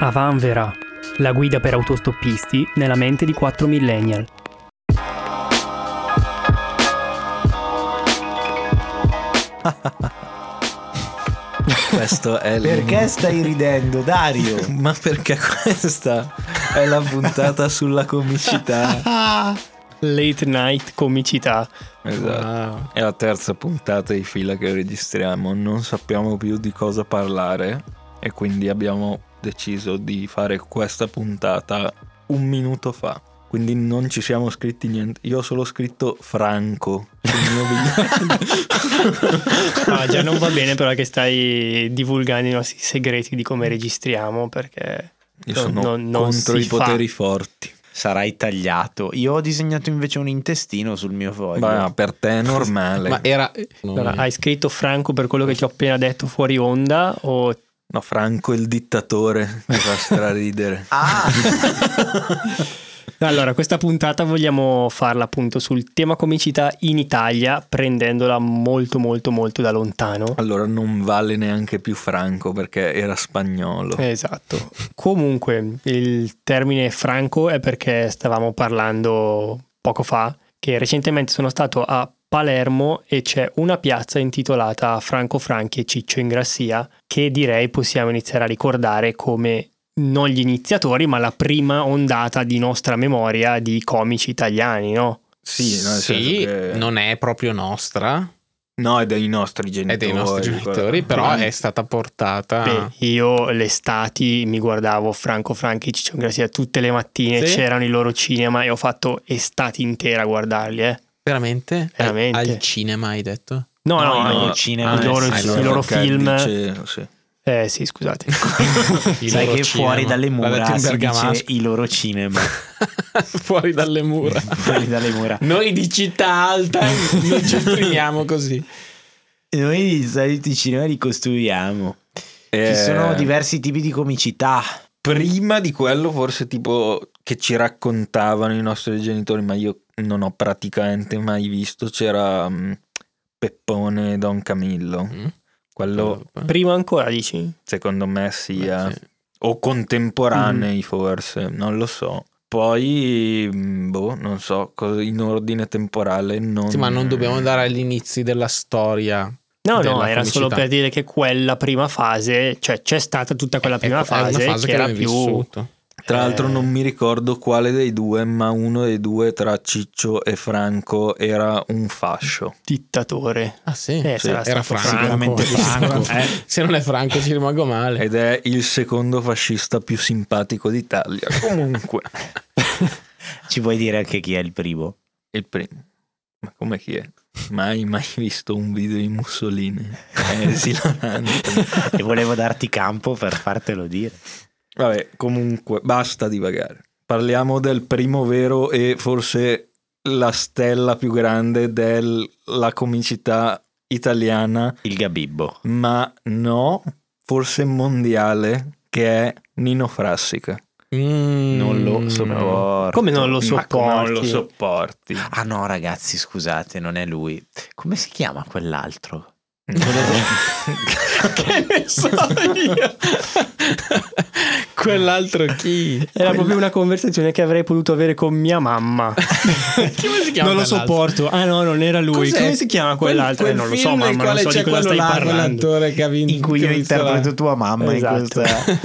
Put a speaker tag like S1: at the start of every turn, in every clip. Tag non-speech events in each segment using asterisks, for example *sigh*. S1: Avanvera, la guida per autostoppisti nella mente di 4 millennial.
S2: Questo è il-
S3: Perché stai ridendo, Dario?
S2: Ma perché questa è la puntata sulla comicità?
S1: Late night comicità.
S2: Esatto.
S3: Wow.
S2: È la terza puntata di fila che registriamo, non sappiamo più di cosa parlare e quindi abbiamo deciso di fare questa puntata un minuto fa. Quindi non ci siamo scritti niente. Io ho solo scritto Franco sul
S1: *laughs*
S2: mio biglietto.
S1: Ah, già non va bene però che stai divulgando i nostri segreti di come registriamo perché...
S2: Io
S1: No,
S2: sono
S1: no, non
S2: contro
S1: si
S2: i poteri
S1: fa.
S2: forti.
S3: Sarai tagliato. Io ho disegnato invece un intestino sul mio foglio.
S2: Ma
S1: *laughs*
S2: per te è normale.
S4: Ma era.
S1: Allora, hai scritto Franco per quello che ti ho appena detto fuori onda o...
S2: No, Franco il dittatore
S1: *laughs*
S2: mi fa straridere.
S3: Ah,
S1: Allora, questa puntata vogliamo farla appunto sul tema comicità in Italia prendendola molto molto molto da lontano.
S2: Allora non vale neanche più Franco perché era spagnolo.
S1: Esatto. Comunque, il termine franco è perché stavamo parlando poco fa che recentemente sono stato a Palermo e c'è una piazza intitolata Franco Franchi e Ciccio Ingrassia che direi possiamo iniziare a ricordare come non gli iniziatori, ma la prima ondata di nostra memoria di comici italiani, no?
S2: *laughs* Sì, no, nel
S4: Sì,
S2: senso che-
S4: non è proprio nostra,
S2: No, è dei nostri
S4: è
S2: genitori.
S4: dei nostri genitori,
S2: guarda.
S4: però
S2: Sì.
S4: è stata
S3: Ah.
S4: portata.
S1: Beh, io l'estati mi guardavo Franco Franchi e Ciccio Ingrassia tutte le mattine,
S4: Sì.
S1: c'erano i loro cinema e ho fatto estati intera a guardarli, eh.
S4: Veramente?
S1: Veramente.
S4: Al cinema hai detto?
S1: No, no,
S3: No,
S1: no,
S3: no. cinema,
S1: il loro-
S2: sì,
S1: il
S2: allora,
S1: loro
S2: ok,
S1: film.
S2: dice- sì.
S1: Eh sì, scusate. *laughs*
S4: I
S3: sai
S4: loro
S3: che
S4: cinema.
S3: fuori dalle
S4: L'ha detto
S3: mura
S4: in
S3: si dice
S4: bergamasco.
S3: i loro cinema.
S4: *laughs* fuori dalle
S3: *laughs*
S4: mura.
S3: fuori dalle mura.
S4: Noi di città *laughs* alta non ci esprimiamo così.
S3: Noi di solito i cinema li costruiamo.
S2: Eh,
S3: Ci sono diversi tipi di comicità.
S2: Prima di quello, forse tipo che ci raccontavano i nostri genitori, ma io non ho praticamente mai visto, c'era mm, Peppone e Don Camillo.
S4: Mm.
S2: Quello
S1: Prima ancora dici?
S2: secondo me sia...
S4: Beh, sì.
S2: o
S4: Mm.
S2: contemporanei forse, non lo so. Poi, mh, boh, non so, co- in ordine temporale non...
S4: Sì, ma non dobbiamo andare agli inizi della storia.
S1: No, no,
S4: Della
S1: era solo
S4: comicità.
S1: per dire che quella prima fase, cioè c'è stata tutta quella prima
S4: Ecco, è una
S1: fase, che era
S4: abbiamo
S1: più
S4: vissuto.
S2: Tra l'altro
S1: eh,
S2: non mi ricordo quale dei due, ma uno dei due tra Ciccio e Franco era un fascio.
S4: *laughs*
S1: dittatore.
S4: Ah sì,
S1: Eh,
S4: Sì.
S1: sarà
S4: era
S1: stato
S4: Franco,
S3: sicuramente Franco.
S4: Eh, *laughs* Se non è Franco ci rimango male.
S2: Ed è il secondo fascista più simpatico d'Italia.
S4: *laughs*
S2: Comunque,
S3: Ci vuoi dire anche chi è il primo?
S2: il primo. Ma come chi è? Mai mai visto un video di Mussolini? È
S3: Eh,
S2: esilarante.
S3: E volevo darti campo per fartelo dire.
S2: Vabbè, comunque, basta divagare. Parliamo del primo vero e forse la stella più grande della comicità italiana,
S3: Il Gabibbo.
S2: ma no, forse mondiale, che è Nino Frassica.
S4: Mm.
S2: Non lo
S4: *laughs*
S2: sopporto.
S1: Come non lo
S2: Ma come non lo
S1: sopporti?
S2: sopporti?
S3: Ah no, ragazzi, scusate, non è lui. Come si chiama quell'altro?
S4: che ne Eh, so io. Quell'altro chi?
S1: *laughs* Era proprio una conversazione che avrei potuto avere con mia mamma.
S4: *laughs* Come si chiama
S1: non lo
S4: quell'altro?
S1: sopporto. Ah no, non era lui.
S4: Cos'è?
S1: Come si chiama
S4: Quel-
S1: quell'altro? Eh,
S4: quel
S1: non lo so,
S4: film nel
S1: mamma, non
S4: quale
S1: so di
S4: c'è
S1: cosa
S4: quello
S1: stai
S4: là,
S1: parlando.
S4: quell'attore che ha vinto
S3: In cui io
S4: che ha vinto la-
S3: interpreto tua mamma in
S1: Esatto.
S3: questa...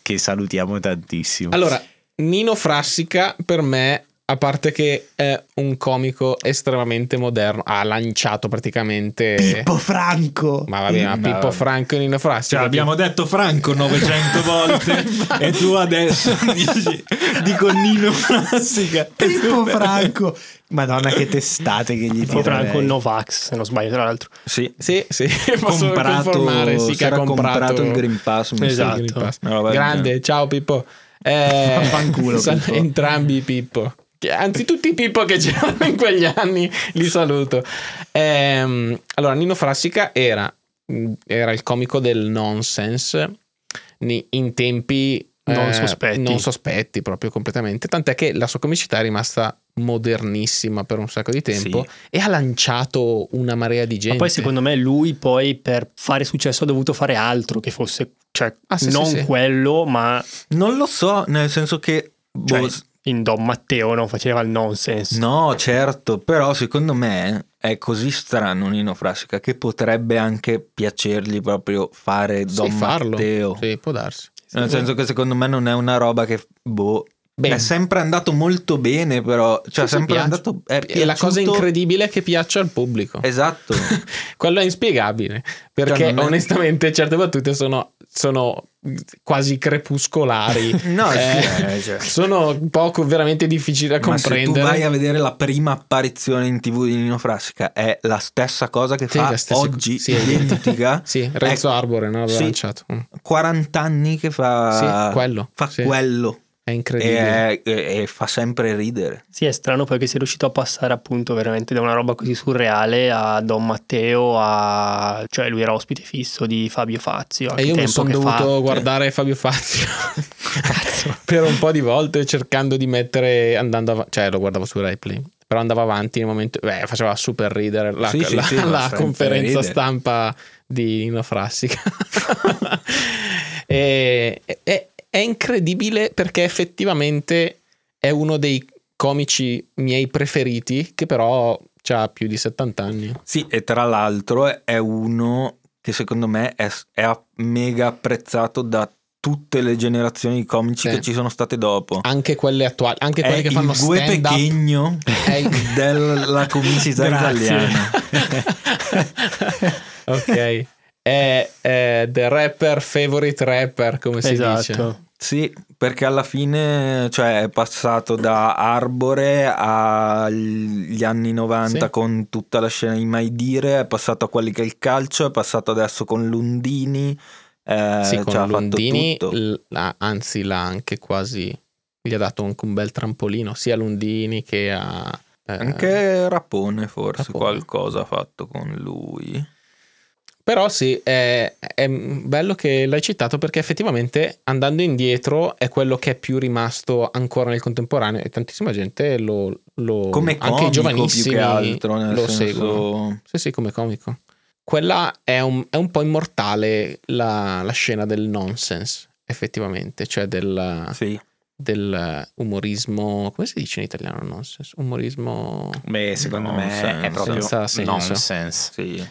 S3: *laughs* che salutiamo tantissimo.
S4: Allora, Nino Frassica per me, a parte che è un comico estremamente moderno, ha lanciato praticamente
S3: Pippo Franco!
S4: Ma
S3: *laughs*
S4: vabbè, ma
S2: No.
S4: Pippo Franco e Nino Frassica.
S2: Cioè, abbiamo detto Franco 900 *laughs* volte e tu adesso dici, dico Nino Frassica.
S3: Pippo Franco! Madonna che testate che gli
S1: Tipo
S3: tira
S1: Franco
S3: lei.
S1: Novax, se non sbaglio, tra l'altro.
S2: Sì,
S4: Sì, sì, *laughs* posso confermare,
S2: comprato,
S4: sì che
S2: si
S4: ha
S2: era comprato,
S4: comprato
S2: il Green Pass. mi
S1: Esatto.
S2: sa.
S4: Green Pass.
S2: Una roba del
S4: Grande,
S2: genere.
S4: ciao Pippo. Eh,
S2: Vaffanculo,
S4: sal-
S2: Pippo.
S4: Entrambi i Pippo. Che- Anzi, tutti i Pippo che *laughs* c'erano in quegli anni, li saluto. Ehm, allora, Nino Frassica era, mm, era il comico del nonsense ni- in tempi eh,
S1: Non sospetti.
S4: non sospetti proprio completamente. Tant'è che la sua comicità è rimasta modernissima per un sacco di tempo
S2: Sì.
S4: e ha lanciato una marea di gente.
S1: Ma poi secondo me lui poi per fare successo ha dovuto fare altro che fosse, cioè
S4: Ah, sì, sì,
S1: non
S4: sì.
S1: quello, ma
S2: Non lo so, nel senso che...
S1: cioè,
S2: boh,
S1: in Don Matteo non faceva il nonsense.
S2: No, certo, però secondo me è così strano Nino Frassica che potrebbe anche piacergli proprio fare
S4: Sì,
S2: Don
S4: farlo.
S2: Matteo.
S4: Sì, può darsi.
S2: Nel senso che secondo me non è una roba che boh,
S4: Beh,
S2: è sempre andato molto bene, però cioè
S4: sì, sì,
S2: sempre
S4: piace.
S2: andato è
S4: E la cosa
S2: piaciuto-
S4: incredibile è che piaccia al pubblico. *laughs*
S2: Esatto.
S4: Quello è inspiegabile. Perché
S2: Cioè, non è-
S4: onestamente certe battute sono, sono quasi crepuscolari.
S2: *laughs* No, sì, *laughs*
S4: Eh,
S2: eh, cioè.
S4: sono poco veramente difficili da
S2: Ma se tu
S4: comprendere.
S2: vai a vedere la prima apparizione in TV di Nino Frassica è la stessa cosa che
S4: Sì,
S2: fa
S4: la stessa-
S2: oggi,
S4: sì,
S2: identica.
S4: *laughs* Sì, Renzo
S2: Ecco,
S4: Arbore, no? L'aveva
S2: sì.
S4: lanciato. Mm.
S2: 40 anni che fa
S4: Sì, quello.
S2: fa
S4: Sì.
S2: quello.
S4: È
S2: E,
S4: incredibile.
S2: e- e fa sempre ridere.
S1: Sì, è strano perché sei riuscito a passare appunto veramente da una roba così surreale a Don Matteo, a... cioè lui era ospite fisso di Fabio Fazio.
S4: E io mi sono dovuto
S1: fa...
S4: guardare Fabio Fazio *laughs* per un po' di volte cercando di mettere, andando av- cioè lo guardavo su Replay, però andava avanti nel momento, beh, faceva super ridere la,
S2: Sì, sì,
S4: la-
S2: sì, ma
S4: la
S2: sempre
S4: conferenza
S2: ridere.
S4: stampa di Nino
S2: *laughs*
S4: Frassica. E- e- è incredibile perché effettivamente è uno dei comici miei preferiti che però ha più di 70 anni.
S2: Sì, e tra l'altro è uno che secondo me è, è mega apprezzato da tutte le generazioni di comici
S4: Sì.
S2: che ci sono state dopo.
S4: Anche quelle attuali, anche
S2: è
S4: quelle che fanno
S2: il gue
S4: stand up.
S2: pechegno
S4: *laughs* È il-
S2: della
S4: *laughs*
S2: comicità
S1: Grazie.
S2: italiana.
S4: ok. È, è the rapper favorite rapper, come si dice.
S1: Esatto.
S2: Sì, perché alla fine cioè, è passato da Arbore agli anni 90
S4: Sì.
S2: con tutta la scena di Mai Dire, è passato a quelli che è il calcio, è passato adesso con Lundini. eh,
S4: sì,
S2: cioè,
S4: con
S2: ha
S4: Lundini,
S2: fatto tutto.
S4: l- l'ha- anzi l'ha anche quasi, gli ha dato anche un bel trampolino, sia a Lundini che a... eh,
S2: Anche Rapone forse
S4: Rapone.
S2: qualcosa ha fatto con lui.
S4: Però sì, è, è bello che l'hai citato perché effettivamente andando indietro è quello che è più rimasto ancora nel contemporaneo e tantissima gente lo... lo
S2: Come
S4: anche
S2: comico
S4: i giovanissimi
S2: più che altro, nel
S4: lo
S2: senso...
S4: seguono. Sì, sì, come comico. Quella è un, è un po' immortale la, la scena del nonsense, effettivamente, cioè del,
S2: Sì,
S4: del umorismo. Come si dice in italiano nonsense? Umorismo.
S3: Beh, secondo me
S2: Nonsense.
S3: è proprio
S4: Senza senso.
S3: nonsense.
S2: sì.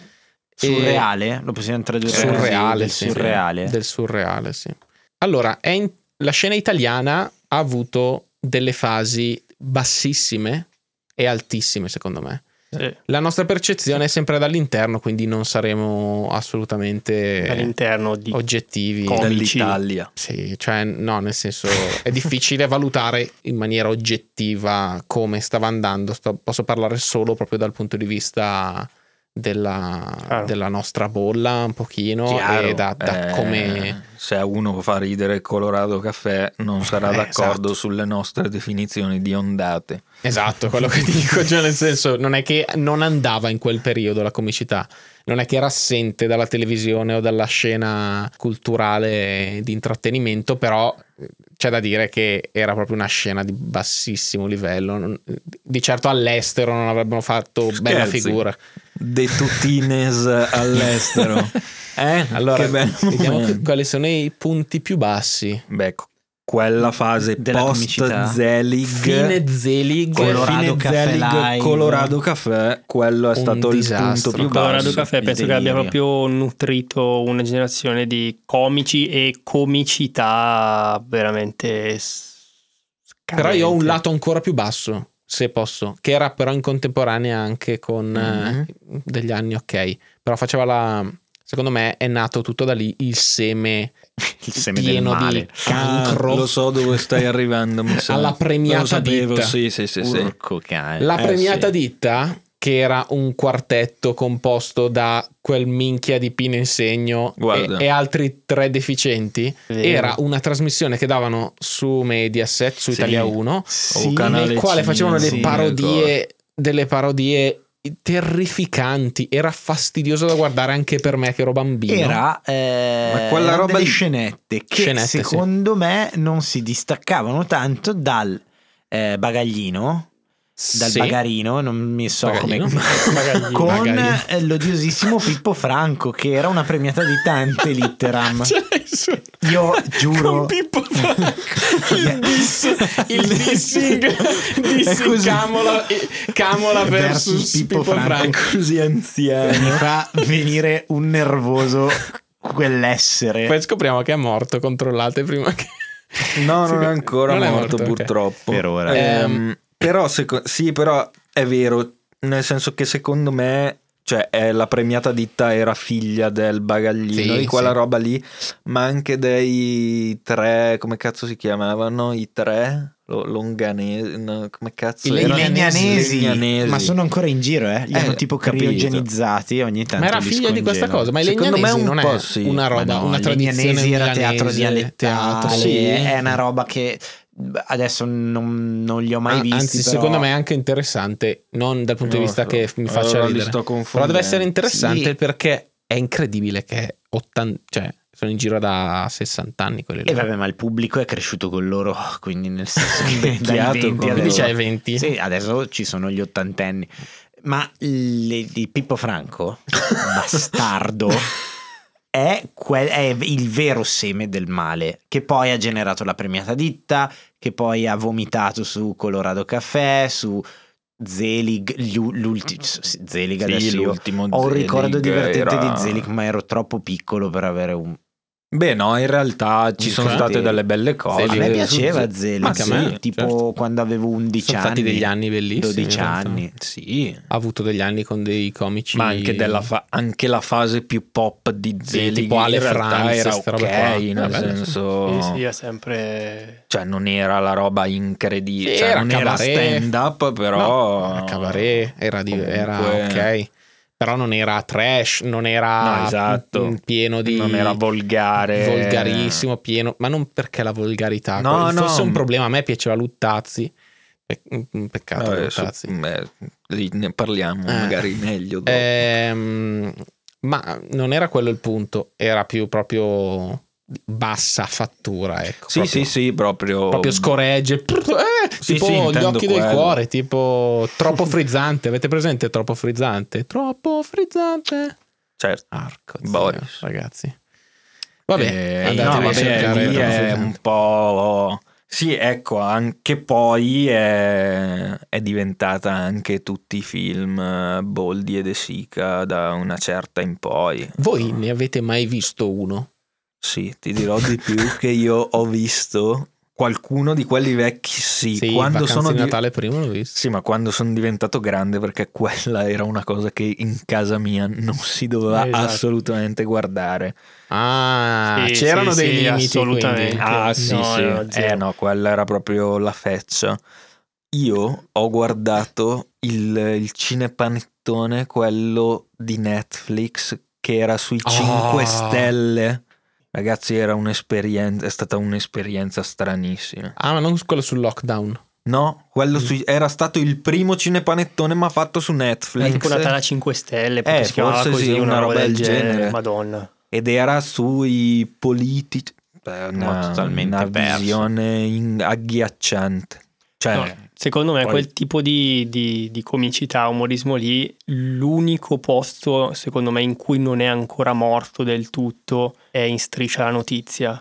S3: Surreale? Lo possiamo tradurre così?
S4: Surreale,
S3: Del
S4: sì.
S3: surreale.
S4: Del surreale, sì. Allora, è in- la scena italiana ha avuto delle fasi bassissime e altissime, secondo me.
S1: Sì.
S4: La nostra percezione è sempre dall'interno, quindi non saremo assolutamente
S1: All'interno di...
S4: oggettivi.
S1: Comici.
S2: Dell'Italia.
S4: Sì, cioè no, nel senso è difficile valutare in maniera oggettiva come stava andando, Sto- posso parlare solo proprio dal punto di vista della,
S1: Chiaro.
S4: della nostra bolla un pochino
S2: Ah. Chiaro,
S4: e da, da
S2: eh,
S4: come...
S2: se a uno fa ridere il Colorado Caffè
S4: *laughs*
S2: non sarà
S4: Eh,
S2: d'accordo
S4: esatto.
S2: sulle nostre definizioni di ondate
S4: Esatto, quello che dico, cioè nel senso non è che non andava in quel periodo la comicità, non è che era assente dalla televisione o dalla scena culturale di intrattenimento, però eh, c'è da dire che era proprio una scena di bassissimo livello, non- di certo all'estero non avrebbero fatto bella
S2: Scherzi.
S4: figura.
S2: de tutines
S4: *laughs*
S2: all'estero eh?
S4: Allora,
S2: che bello
S4: vediamo che-
S2: momento.
S4: quali sono i punti più bassi.
S2: Beh, ecco, quella fase
S3: Della
S2: post
S3: comicità.
S2: Zelig
S4: Fine Zelig,
S3: Colorado
S2: fine
S3: Caffè
S2: Zelig,
S3: Live.
S2: Colorado Caffè quello è
S4: Un
S2: stato
S4: disastro.
S2: il punto più
S1: Colorado
S2: basso
S1: Caffè
S3: il
S1: penso che abbia
S3: delirio.
S1: proprio nutrito una generazione di comici e comicità veramente
S4: Però io ho un
S1: scadente.
S4: lato ancora più basso, se posso, che era però in contemporanea anche con eh,
S2: Mhm.
S4: degli anni ok. Però faceva la... Secondo me è nato tutto da lì il seme,
S3: *laughs* Il seme del
S4: pieno di
S3: male.
S4: cancro.
S2: Ah, lo so dove stai arrivando mi sa.
S4: Alla premiata
S2: lo sapevo,
S4: ditta.
S2: sì sì sì, sì.
S3: Porco cane.
S4: La
S2: Eh,
S4: premiata
S2: sì.
S4: ditta, che era un quartetto composto da quel minchia di Pino Insegno e,
S2: Guarda.
S4: e altri tre deficienti,
S1: Vero.
S4: era una trasmissione che davano su Mediaset, su
S3: Sì.
S4: Italia 1,
S2: O
S3: Sì.
S2: Canale
S4: nel quale
S2: cinese,
S4: facevano
S2: sì,
S4: delle
S2: mi
S4: parodie, delle parodie terrificanti. Era fastidioso da guardare anche per me che ero bambino.
S3: Era, eh,
S2: Ma quella
S3: erano
S2: roba
S3: delle
S2: lì-
S3: scenette che
S4: Scenette, sì.
S3: secondo me non si distaccavano tanto dal eh, bagaglino dal
S4: Sì.
S3: bagarino, non mi so
S4: Bagarino.
S3: *laughs* come.
S1: Bagarino.
S3: con
S4: Bagarino.
S3: eh, l'odiosissimo Pippo Franco, che era una premiata di
S4: *laughs*
S3: tante litteram.
S4: Ce l'hai Cioè, su-
S3: Io giuro.
S4: Con Pippo Franco. Il diss. Il dissing.
S3: È
S4: Dissing
S3: così.
S4: Camola, Camola versus, Pippo, Franco.
S2: Così anziano.
S3: Mi fa venire un nervoso quell'essere.
S4: Poi scopriamo che è morto, controllate prima che...
S2: No, non è
S4: Sì,
S2: ancora
S4: non è
S2: morto,
S4: morto, ok.
S2: purtroppo.
S3: Per ora.
S2: Ehm, però, seco- sì, però è vero, nel senso che secondo me, cioè, eh, la premiata ditta era figlia del bagaglino,
S4: Sì,
S2: di quella
S4: sì.
S2: roba lì, ma anche dei tre, come cazzo si chiamavano? I tre? Lo- Longanesi, no, come cazzo?
S4: I
S3: I
S2: erano?
S3: legnanesi,
S2: Legnanesi.
S3: ma sono ancora in giro, eh? Li
S2: Eh,
S3: hanno tipo
S2: capito.
S3: criogenizzati ogni tanto.
S4: Ma era
S3: li
S4: figlia di questa
S3: scongelano.
S4: cosa, ma i
S2: Secondo me
S4: legnanesi
S2: un
S4: non
S2: po'
S4: è
S2: sì,
S4: una roba,
S3: Ma no,
S4: una
S3: i
S4: tradizione
S3: Legnanesi era teatro
S4: milanese, Ah,
S3: dialettale, eh,
S4: teatro,
S2: sì.
S3: è una roba che adesso non, non li ho mai
S4: An-
S3: visti.
S4: Ah, Anzi,
S3: però-
S4: secondo me è anche interessante, non dal punto di
S2: No,
S4: vista che mi faccia
S2: allora li
S4: ridere.
S2: sto
S4: Però
S2: confondendo.
S4: deve essere interessante
S3: Sì.
S4: perché è incredibile che 80, cioè, sono in giro da 60 anni quelli lì.
S3: E Eh, vabbè, ma il pubblico è cresciuto con loro, quindi
S4: *laughs*
S3: nel senso che dai
S2: Invecchiato con
S3: 20 adesso.
S4: Quindi
S2: allora.
S4: c'hai 20.
S3: Sì, adesso ci sono gli ottantenni. Ma le- di Pippo *laughs* Franco, bastardo, è, quel- è il vero seme del male, che poi ha generato la premiata ditta, che poi ha vomitato su Colorado Caffè, su Zelig, gli u- l'ulti- s- Zelig
S2: Sì,
S3: adesso io
S2: l'ultimo
S3: Ho un ricordo
S2: Zelig
S3: divertente
S2: era-
S3: di Zelig, ma ero troppo piccolo per avere un...
S2: Beh, no, in realtà ci
S3: Infatti.
S2: sono state delle belle cose.
S3: oh, a
S4: Zelig-
S3: me
S4: Sì,
S3: piaceva
S2: Su-
S3: Zelig,
S2: Ma che a me,
S3: sì, tipo
S4: certo.
S3: quando avevo 11
S4: sono
S3: anni. esatto.
S4: stati degli anni bellissimi.
S3: 12
S4: in realtà.
S3: anni.
S2: Sì,
S4: Ha avuto degli anni con dei comici.
S2: ma anche, della fa- anche la fase più pop di
S4: Sì,
S2: Zelig
S4: tipo Ale
S2: in realtà
S4: Franz,
S2: era
S4: ste
S2: ok,
S4: robe qua.
S2: nel
S4: Vabbè,
S2: senso...
S1: Ah, eh, Sì, sì, è sempre...
S2: Cioè non era la roba incredibile, cioè,
S4: Era
S2: non
S4: cabaret.
S2: era stand up però...
S4: No, era cabaret era, di- era
S2: Comunque-
S4: ok. Però non era trash, non era
S2: No, esatto.
S4: mm, pieno di.
S2: Non era volgare.
S4: Volgarissimo, pieno, ma non perché la volgarità
S2: No,
S4: quel-
S2: no.
S4: fosse un problema. A me piaceva Luttazzi. Pe- un peccato,
S2: Vabbè, su- boh.
S4: Luttazzi.
S2: Eh, beh, lì ne parliamo
S4: Eh.
S2: magari meglio dopo.
S4: Ehm, ma non era quello il punto, era più proprio bassa fattura. Ecco,
S2: sì,
S4: proprio,
S2: sì, sì, proprio...
S4: proprio scoregge, prr, eh,
S2: Sì,
S4: tipo
S2: sì,
S4: gli
S2: intendo
S4: occhi del
S2: quello.
S4: cuore, tipo troppo frizzante. Avete presente troppo frizzante? Troppo frizzante.
S2: Certo.
S4: Arco,
S2: Boris.
S4: zio, ragazzi. Vabbè,
S2: Eh,
S4: andate
S2: no,
S4: a
S2: vabbè,
S4: cercare
S2: lì
S4: Troppo
S2: è
S4: Frizzante.
S2: un po'. Sì, ecco, anche poi è, è diventata anche tutti i film eh, Boldi e De Sica da una certa in poi.
S4: Voi ne avete mai visto uno?
S2: Sì, ti dirò di più che io ho visto qualcuno di quelli vecchi, sì, quando
S4: Vacanze
S2: sono
S4: di
S2: di-
S4: Natale prima l'ho visto.
S2: Sì, ma quando sono diventato grande, perché quella era una cosa che in casa mia non si doveva
S1: Eh, esatto.
S2: assolutamente guardare.
S4: Ah,
S1: Sì,
S4: c'erano
S1: sì,
S4: dei
S1: sì,
S4: limiti
S1: assolutamente.
S4: quindi.
S2: Ah,
S1: No,
S2: sì,
S1: no,
S2: sì.
S1: zero.
S2: eh no, quella era proprio la feccia. Io ho guardato il, il cinepanettone, quello di Netflix, che era sui
S4: Oh.
S1: Ah.
S2: 5 stelle. Ragazzi, era un'esperienza, è stata un'esperienza stranissima.
S4: Ah, ma non quello sul lockdown.
S2: No, quello
S1: Mm.
S2: sui- era stato il primo cinepanettone ma fatto su
S1: Era
S2: Netflix.
S1: tipo Natale a 5 stelle,
S2: Eh,
S1: poi si chiamava
S2: forse
S1: così,
S2: sì,
S1: una roba del genere. Madonna.
S2: ed era sui politici. Beh, Una,
S3: Ma totalmente
S2: una
S3: perso.
S2: visione in- agghiacciante.
S3: Eh,
S2: Cioè,
S1: No, secondo me
S2: poi-
S1: quel tipo di, di- di comicità, umorismo lì, l'unico posto secondo me in cui non è ancora morto del tutto è in Striscia la Notizia.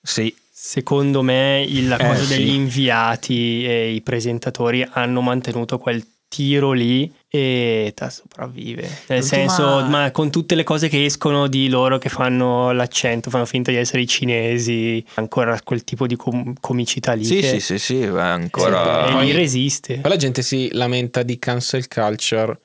S2: sì,
S1: Secondo me il- la
S2: Eh,
S1: cosa
S2: sì.
S1: degli inviati e i presentatori hanno mantenuto quel tiro lì e ta sopravvive. Nel
S3: Senti,
S1: senso,
S3: ma-
S1: ma... con tutte le cose che escono di loro che fanno l'accento, fanno finta di essere i cinesi, ancora quel tipo di com- comicità lì.
S2: Sì,
S1: che-
S2: sì, sì, sì, va
S1: e
S2: ancora...
S4: Poi-
S1: lì resiste.
S4: Poi la gente si lamenta di cancel culture.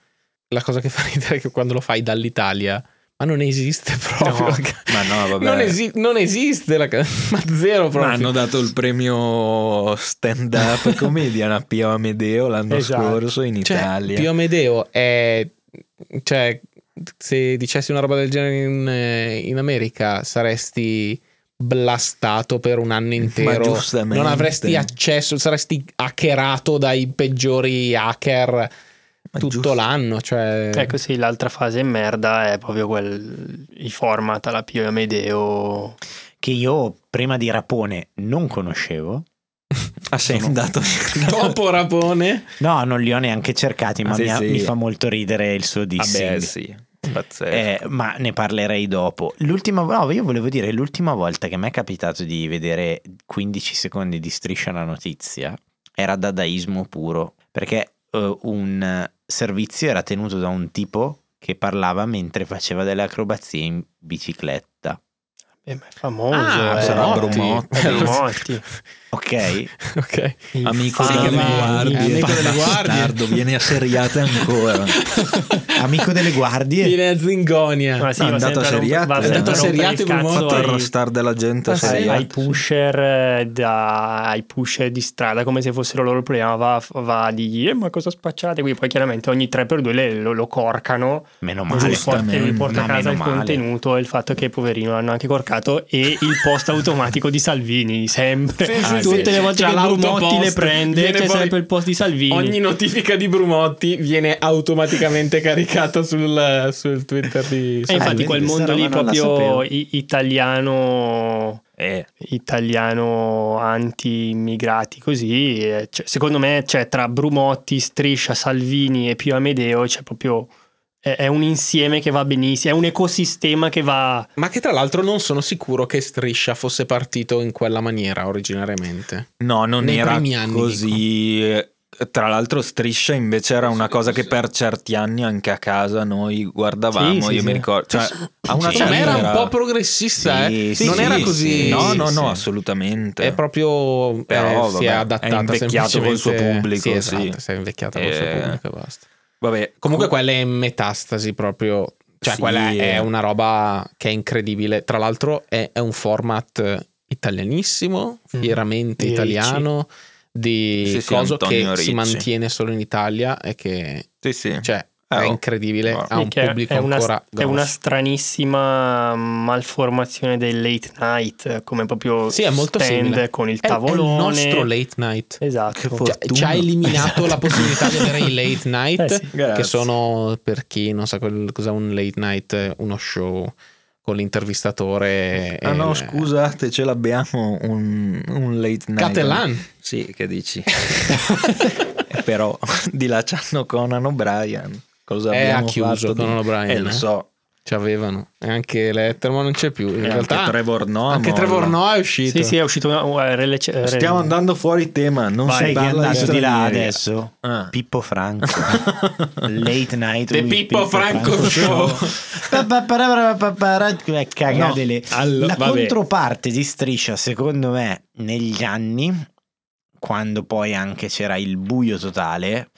S4: La cosa che fa *laughs* ridere è che quando lo fai dall'Italia, ma non esiste proprio.
S1: No,
S4: la ca-
S2: ma no, vabbè.
S4: non, esi- non esiste, la ca- *laughs* ma zero
S2: Ma
S4: proprio.
S2: hanno dato il premio stand *laughs* up comedian a Pio Amedeo l'anno
S1: Esatto.
S2: scorso in
S4: cioè,
S2: Italia.
S4: Pio Amedeo è. Cioè, se dicessi una roba del genere in, eh, in America, saresti blastato per un anno intero.
S2: giustamente.
S4: Non avresti accesso, saresti hackerato dai peggiori hacker
S2: Ma
S4: tutto
S2: giusto.
S4: l'anno. Cioè,
S1: Ecco sì, l'altra fase merda è proprio quel, i format alla Pio e Amedeo.
S3: che io prima di Rapone non conoscevo
S2: Ah, sei *laughs* andato.
S4: *laughs* Topo Rapone.
S3: No, non li ho neanche cercati, ma
S2: Sì,
S3: mi, ha-
S2: sì.
S3: mi fa molto ridere il
S1: Ah,
S3: suo dissing.
S2: Vabbè, sì. Pazzesco.
S3: Eh,
S1: certo.
S3: ma ne parlerei dopo. L'ultima, no, io volevo dire, l'ultima volta che mi è capitato di vedere 15 secondi di striscia la notizia era dadaismo puro, perché eh, un servizio era tenuto da un tipo che parlava mentre faceva delle acrobazie in bicicletta.
S1: Eh, ma è famoso.
S4: Ah,
S1: eh.
S2: sarà
S4: Brumotti.
S2: Brumotti.
S1: È Brumotti.
S3: Ok,
S1: *laughs*
S4: Ok.
S1: Il
S2: Amico
S1: fan-
S2: delle
S4: ma-
S2: guardie.
S4: amico delle guardie.
S2: Bastardo, viene a
S1: *laughs*
S2: seriate ancora.
S3: amico delle guardie.
S4: Viene a Zingonia.
S1: Ma Ah, sì, va
S2: No, è andato
S1: sempre
S2: a
S1: rom-
S2: Seriate.
S1: va
S2: È
S1: sempre
S4: andato a
S1: rompere
S4: Seriate,
S1: il cazzo
S4: Brumotti.
S1: ai-
S2: Terror star della gente.
S4: Ah, sì,
S1: ai,
S2: seriato,
S1: ai pusher eh, da, ai pusher di strada come se fossero loro il problema va, va a dirgli "Eh, ma cosa spacciate qui poi chiaramente ogni 3x2 le- lo, lo corcano
S3: Meno
S1: Ma lui
S3: male.
S1: porta, lui porta a
S3: Ma
S1: casa il
S3: meno male.
S1: contenuto e il fatto che poverino l'hanno anche corcato e il post automatico di Salvini sempre
S4: Sì, Ah, sì,
S1: Ah, tutte
S4: sì.
S1: le volte
S4: C'è
S1: che Brumotti
S4: l'autopost,
S1: le prende
S4: viene
S1: c'è
S4: poi-
S1: sempre il post di Salvini
S4: Ogni notifica di Brumotti viene automaticamente caricata sul, sul Twitter di
S1: e Eh, infatti
S3: vedi,
S1: quel
S3: questa
S1: mondo lì
S3: roba non la
S1: proprio
S3: sapevo.
S1: i- italiano
S3: Eh,
S1: italiano anti-immigrati così. eh, cioè, secondo me cioè, tra Brumotti, Striscia, Salvini e Pio Amedeo c'è proprio... È, è un insieme che va benissimo, è un ecosistema che va...
S4: Ma che tra l'altro non sono sicuro che Striscia fosse partito in quella maniera originariamente.
S2: No, non
S4: Nei
S2: era
S4: primi anni,
S2: così. eh, Tra l'altro, striscia invece era una cosa che per certi anni anche a casa noi guardavamo.
S1: Sì, sì,
S2: io
S1: sì.
S2: mi ricordo, cioè, a una
S4: Secondo
S2: certa
S4: me era un po'
S3: sì,
S4: progressista, eh.
S3: sì,
S4: non
S3: sì,
S4: era
S3: sì.
S4: così.
S2: No, no, no,
S3: sì.
S2: assolutamente.
S4: È proprio
S2: Però,
S4: eh, si
S2: vabbè,
S4: è adattata
S2: è invecchiato col suo
S4: semplicemente-
S2: pubblico,
S4: Sì, esatto,
S2: sì.
S4: si è invecchiata col suo
S2: Eh,
S4: pubblico e basta.
S2: Vabbè,
S4: Comunque
S2: comunque
S4: quella è metastasi proprio, cioè
S2: Sì. eh.
S4: quella è una roba che è incredibile. Tra l'altro è, è un format italianissimo,
S1: Mm.
S4: fieramente
S1: Di
S4: italiano di
S2: Sì, sì,
S4: coso che
S2: Antonio
S4: si
S2: Ricci.
S4: mantiene solo in Italia e che
S2: sì, sì.
S4: cioè
S2: Eh,
S4: è
S2: oh.
S4: incredibile,
S2: Guarda.
S4: ha un
S1: che è-
S4: pubblico
S1: è, una,
S4: ancora
S1: è una
S4: grosso.
S1: stranissima malformazione del late night, come proprio
S4: Sì, è molto
S1: stand
S4: simile.
S1: con il
S4: È- è
S1: tavolone.
S4: il nostro late night.
S1: Esatto.
S4: Cioè, ci ha eliminato la possibilità di avere
S2: *laughs*
S4: i late night,
S1: Eh sì.
S2: Esatto. Grazie.
S4: che sono per chi non sa quel- cos'è un late night, eh, uno show con l'intervistatore.
S2: Ah
S4: e
S2: no,
S4: il-
S2: scusate, ce l'abbiamo un, un late night.
S4: Catellan.
S2: Sì, che
S4: *laughs*
S2: dici? *laughs* Però di là c'hanno Conan O'Brien. Cosa
S4: Eh,
S2: abbiamo
S4: ha chiuso
S2: fatto di-
S4: Conan O'Brien,
S2: Eh,
S4: eh.
S2: lo so.
S4: Ci avevano. E anche Letterman non c'è più. In
S2: E
S4: realtà,
S2: anche Trevor Noah.
S4: anche
S2: molla.
S4: Trevor Noah è uscito.
S1: Sì, sì, è uscito una... uh, RLC
S2: Stiamo andando fuori tema, non
S1: Vai,
S2: si
S3: sai che è
S2: parla
S3: andato di là
S2: stranieri.
S3: adesso?
S2: Ah.
S3: Pippo Franco.
S2: *laughs*
S3: Late night.
S4: The
S3: with
S4: Pippo Franco Show.
S3: Pa- pa- pa- pa- pa- pa- pa- Cagadele.
S2: No, allo-
S3: La
S2: vabbè.
S3: controparte di Striscia, secondo me, negli anni, quando poi anche c'era il buio totale,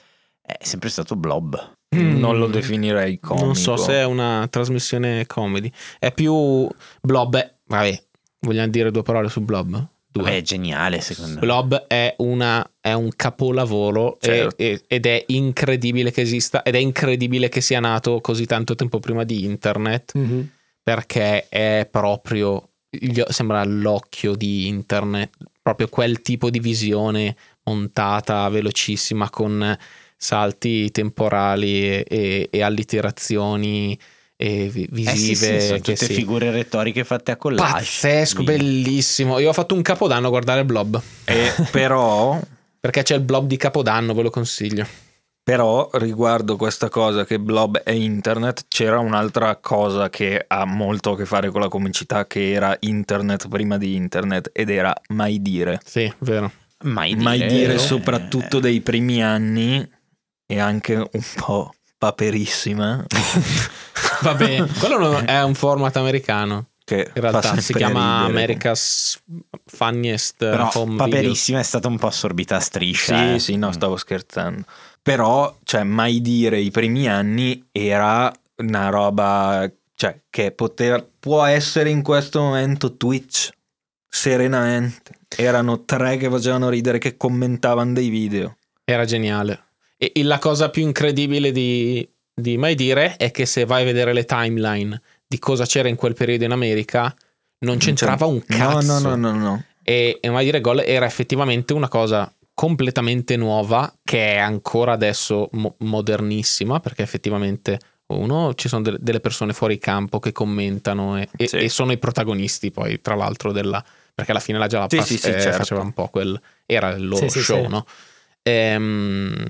S3: è sempre stato Blob.
S2: Non lo definirei comico.
S4: Mm. Non so se è una trasmissione comedy. È più Blob. è- Vabbè, vogliamo dire due parole su Blob? Due.
S3: Beh, è geniale, secondo me.
S4: Blob è, una- è un capolavoro e-
S2: Certo.
S4: e- ed è incredibile che esista ed è incredibile che sia nato così tanto tempo prima di internet
S1: Mhm.
S4: perché è proprio gli- sembra l'occhio di internet proprio quel tipo di visione montata velocissima con salti temporali e, e- e alliterazioni e vi-
S3: Eh sì,
S4: visive
S3: sì, sono
S4: che
S3: tutte
S4: si-
S3: figure retoriche fatte a collage.
S4: pazzesco
S3: Quindi-
S4: bellissimo io ho fatto un capodanno a guardare Blob
S2: Eh, però,
S4: perché c'è il blob di Capodanno, ve lo consiglio.
S2: però riguardo questa cosa che Blob è internet, c'era un'altra cosa che ha molto a che fare con la comicità che era internet prima di internet ed era mai dire.
S4: Sì, vero.
S3: Mai dire,
S2: Mai dire
S3: eh,
S2: soprattutto dei primi anni e anche un po' paperissima.
S4: *laughs*
S2: *laughs*
S4: Vabbè, quello non- è un format americano.
S2: che
S4: In realtà
S2: fa
S4: si
S2: sempre
S4: chiama
S2: ridere.
S4: America's Funniest uh,
S3: Però
S4: Home Video.
S3: Paperissima è stata un po' assorbita a striscia.
S2: Sì,
S3: eh.
S4: Cioè,
S2: sì,
S4: mm.
S2: no, stavo scherzando. Però, cioè, mai dire i primi anni era una roba, cioè, che poter, può essere in questo momento Twitch, serenamente. Erano tre che facevano ridere, che commentavano dei video.
S4: Era geniale. E e la cosa più incredibile di, di Mai Dire è che se vai a vedere le timeline di cosa c'era in quel periodo in America, non c'entrava un
S2: No,
S4: cazzo.
S2: Cioè, no, no, no, no.
S4: e, e Mai Dire Gol era effettivamente una cosa completamente nuova che è ancora adesso mo- modernissima perché effettivamente uno ci sono delle- delle persone fuori campo che commentano e, e-
S2: Sì.
S4: e sono i protagonisti poi tra l'altro della- perché alla fine la Jalappas
S2: Sì, sì, sì,
S4: eh,
S2: certo.
S4: faceva un po' quel era il loro
S1: Sì, sì,
S4: show
S1: sì.
S4: no? Ehm,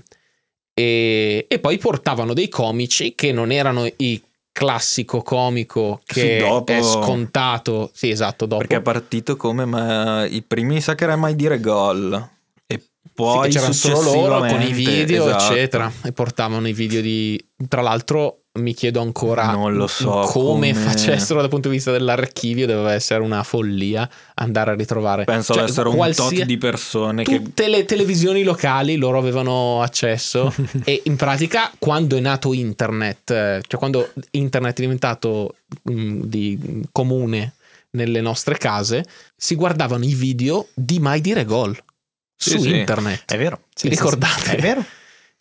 S4: e, e poi portavano dei comici che non erano i classico comico
S2: Sì,
S4: che
S2: dopo-
S4: è scontato sì esatto dopo
S2: Perché è partito come ma, i primi, sa che era mai dire gol. E
S4: Sì, che
S2: poi
S4: c'erano solo loro con i
S2: successivamente-
S4: video,
S2: esatto.
S4: eccetera, e portavano i video di. Tra l'altro, mi chiedo ancora
S2: Non lo so
S4: come,
S2: come-
S4: facessero dal punto di vista dell'archivio. Doveva essere una follia andare a ritrovare.
S2: Penso
S4: Cioè,
S2: ad essere un
S4: qualsia-
S2: tot di persone che
S4: Tutte le televisioni locali loro avevano
S2: *laughs*
S4: accesso e in pratica quando è nato internet, eh, cioè quando internet è diventato mm, di- mm, comune nelle nostre case, si guardavano i video di Mai dire gol
S2: Sì,
S4: su
S2: sì. Eh,
S4: internet.
S3: È vero.
S4: Sì, ricordate?
S3: È vero.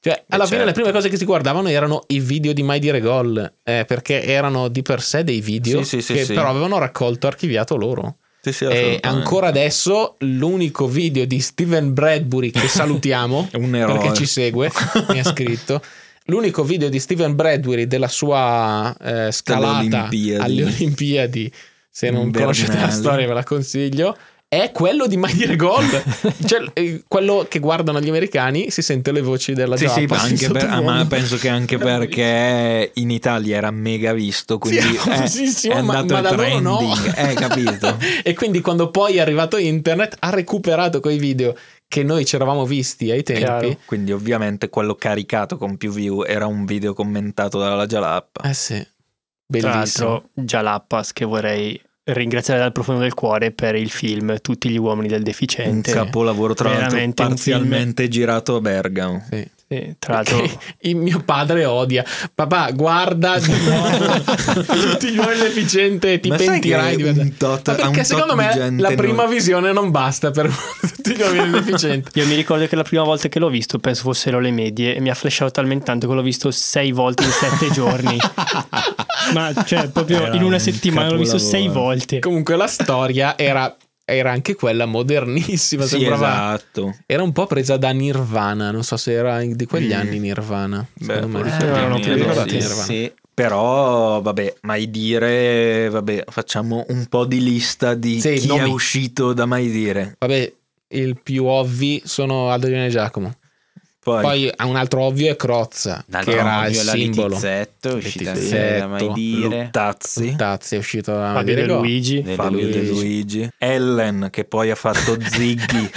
S4: Cioè, alla fine le
S2: certo.
S4: prime cose che si guardavano erano i video di Mai Dire Gol, eh, perché erano di per sé dei video
S2: Sì, sì, sì,
S4: che
S2: sì.
S4: però avevano raccolto e archiviato loro.
S2: Sì, sì,
S4: E
S2: assolutamente.
S4: ancora adesso l'unico video di Steven Bradbury che salutiamo
S2: *laughs* È un eroe.
S4: perché
S2: *laughs*
S4: ci segue, mi ha scritto. L'unico video di Steven Bradbury della sua eh, scalata
S2: Olimpiadi.
S4: alle Olimpiadi, se non
S2: Invernali.
S4: conoscete la storia ve la consiglio, è quello di Mai Dire
S2: *laughs*
S4: Gol. Cioè, eh, quello che guardano gli americani si sente le voci della
S2: Sì, sì,
S4: Giappa
S2: ma,
S4: in
S2: anche per- ah,
S4: sottofondo.
S2: ma penso che anche
S4: *laughs*
S2: perché in Italia era mega visto, quindi
S4: *laughs*
S2: eh,
S4: Sì, era
S2: è,
S4: famosissimo,
S2: è
S4: ma-
S2: andato
S4: ma da loro
S2: trending,
S4: no.
S2: eh, capito?
S4: *laughs* e quindi quando poi è arrivato internet ha recuperato quei video che noi ci eravamo visti ai tempi.
S1: Chiaro.
S2: Quindi ovviamente quello caricato con più view era un video commentato dalla Jalap.
S4: Eh sì,
S1: Tra
S4: bellissimo.
S1: l'altro, Jalappas, che vorrei ringraziare dal profondo del cuore per il film Tutti gli uomini del
S2: Un
S1: deficiente.
S2: capolavoro tra l'altro
S1: Veramente un
S2: parzialmente girato a Bergamo.
S4: Sì.
S1: Sì, tra l'altro,
S4: Che il mio padre odia. Papà, guarda di nuovo *laughs* tutti gli uomini deficiente e ti
S2: Ma sai
S4: pentirai
S2: che
S4: di vedere.
S2: un tot-
S4: Ma
S2: a un
S4: perché
S2: tot
S4: secondo
S2: di
S4: me
S2: gente
S4: la
S2: non-
S4: prima visione non basta per *laughs* tutti gli uomini
S1: *laughs*
S4: deficienti.
S1: io mi ricordo che la prima volta che l'ho visto, penso fossero le medie, e mi ha flashato talmente tanto che l'ho visto sei volte in
S4: *laughs*
S1: sette giorni. Ma cioè, proprio
S2: Era
S1: in una
S2: un
S1: settimana l'ho visto
S2: capolavoro.
S1: sei volte.
S4: Comunque la storia era, era anche quella modernissima,
S2: Sì,
S4: sembrava
S2: esatto.
S4: Era un po' presa da Nirvana, non so se era di quegli
S2: Mm.
S4: anni Nirvana. secondo me.
S2: forse
S1: Eh,
S2: più o
S1: erano
S2: meno,
S1: più
S4: ricordati
S2: sì.
S4: Nirvana.
S3: Sì.
S2: Però, vabbè, mai dire, vabbè, facciamo un po' di lista di
S4: Sì,
S2: chi
S4: nomi.
S2: è uscito da mai dire.
S4: Vabbè, il più ovvi sono Adriano e Giacomo.
S2: Poi,
S4: Poi un altro ovvio è Crozza,
S3: D'altro
S4: che era il
S3: ovvio, la
S4: simbolo.
S3: Litizzetto, è uscita
S4: Litizzetto,
S3: insieme da mai dire.
S2: Luttazzi,
S4: Tazzi è uscito da
S1: Fabio
S4: dire
S1: De
S4: gol.
S1: Luigi.
S3: De
S2: Fabio
S3: Luigi.
S2: De Luigi, Ellen che poi ha fatto Ziggy,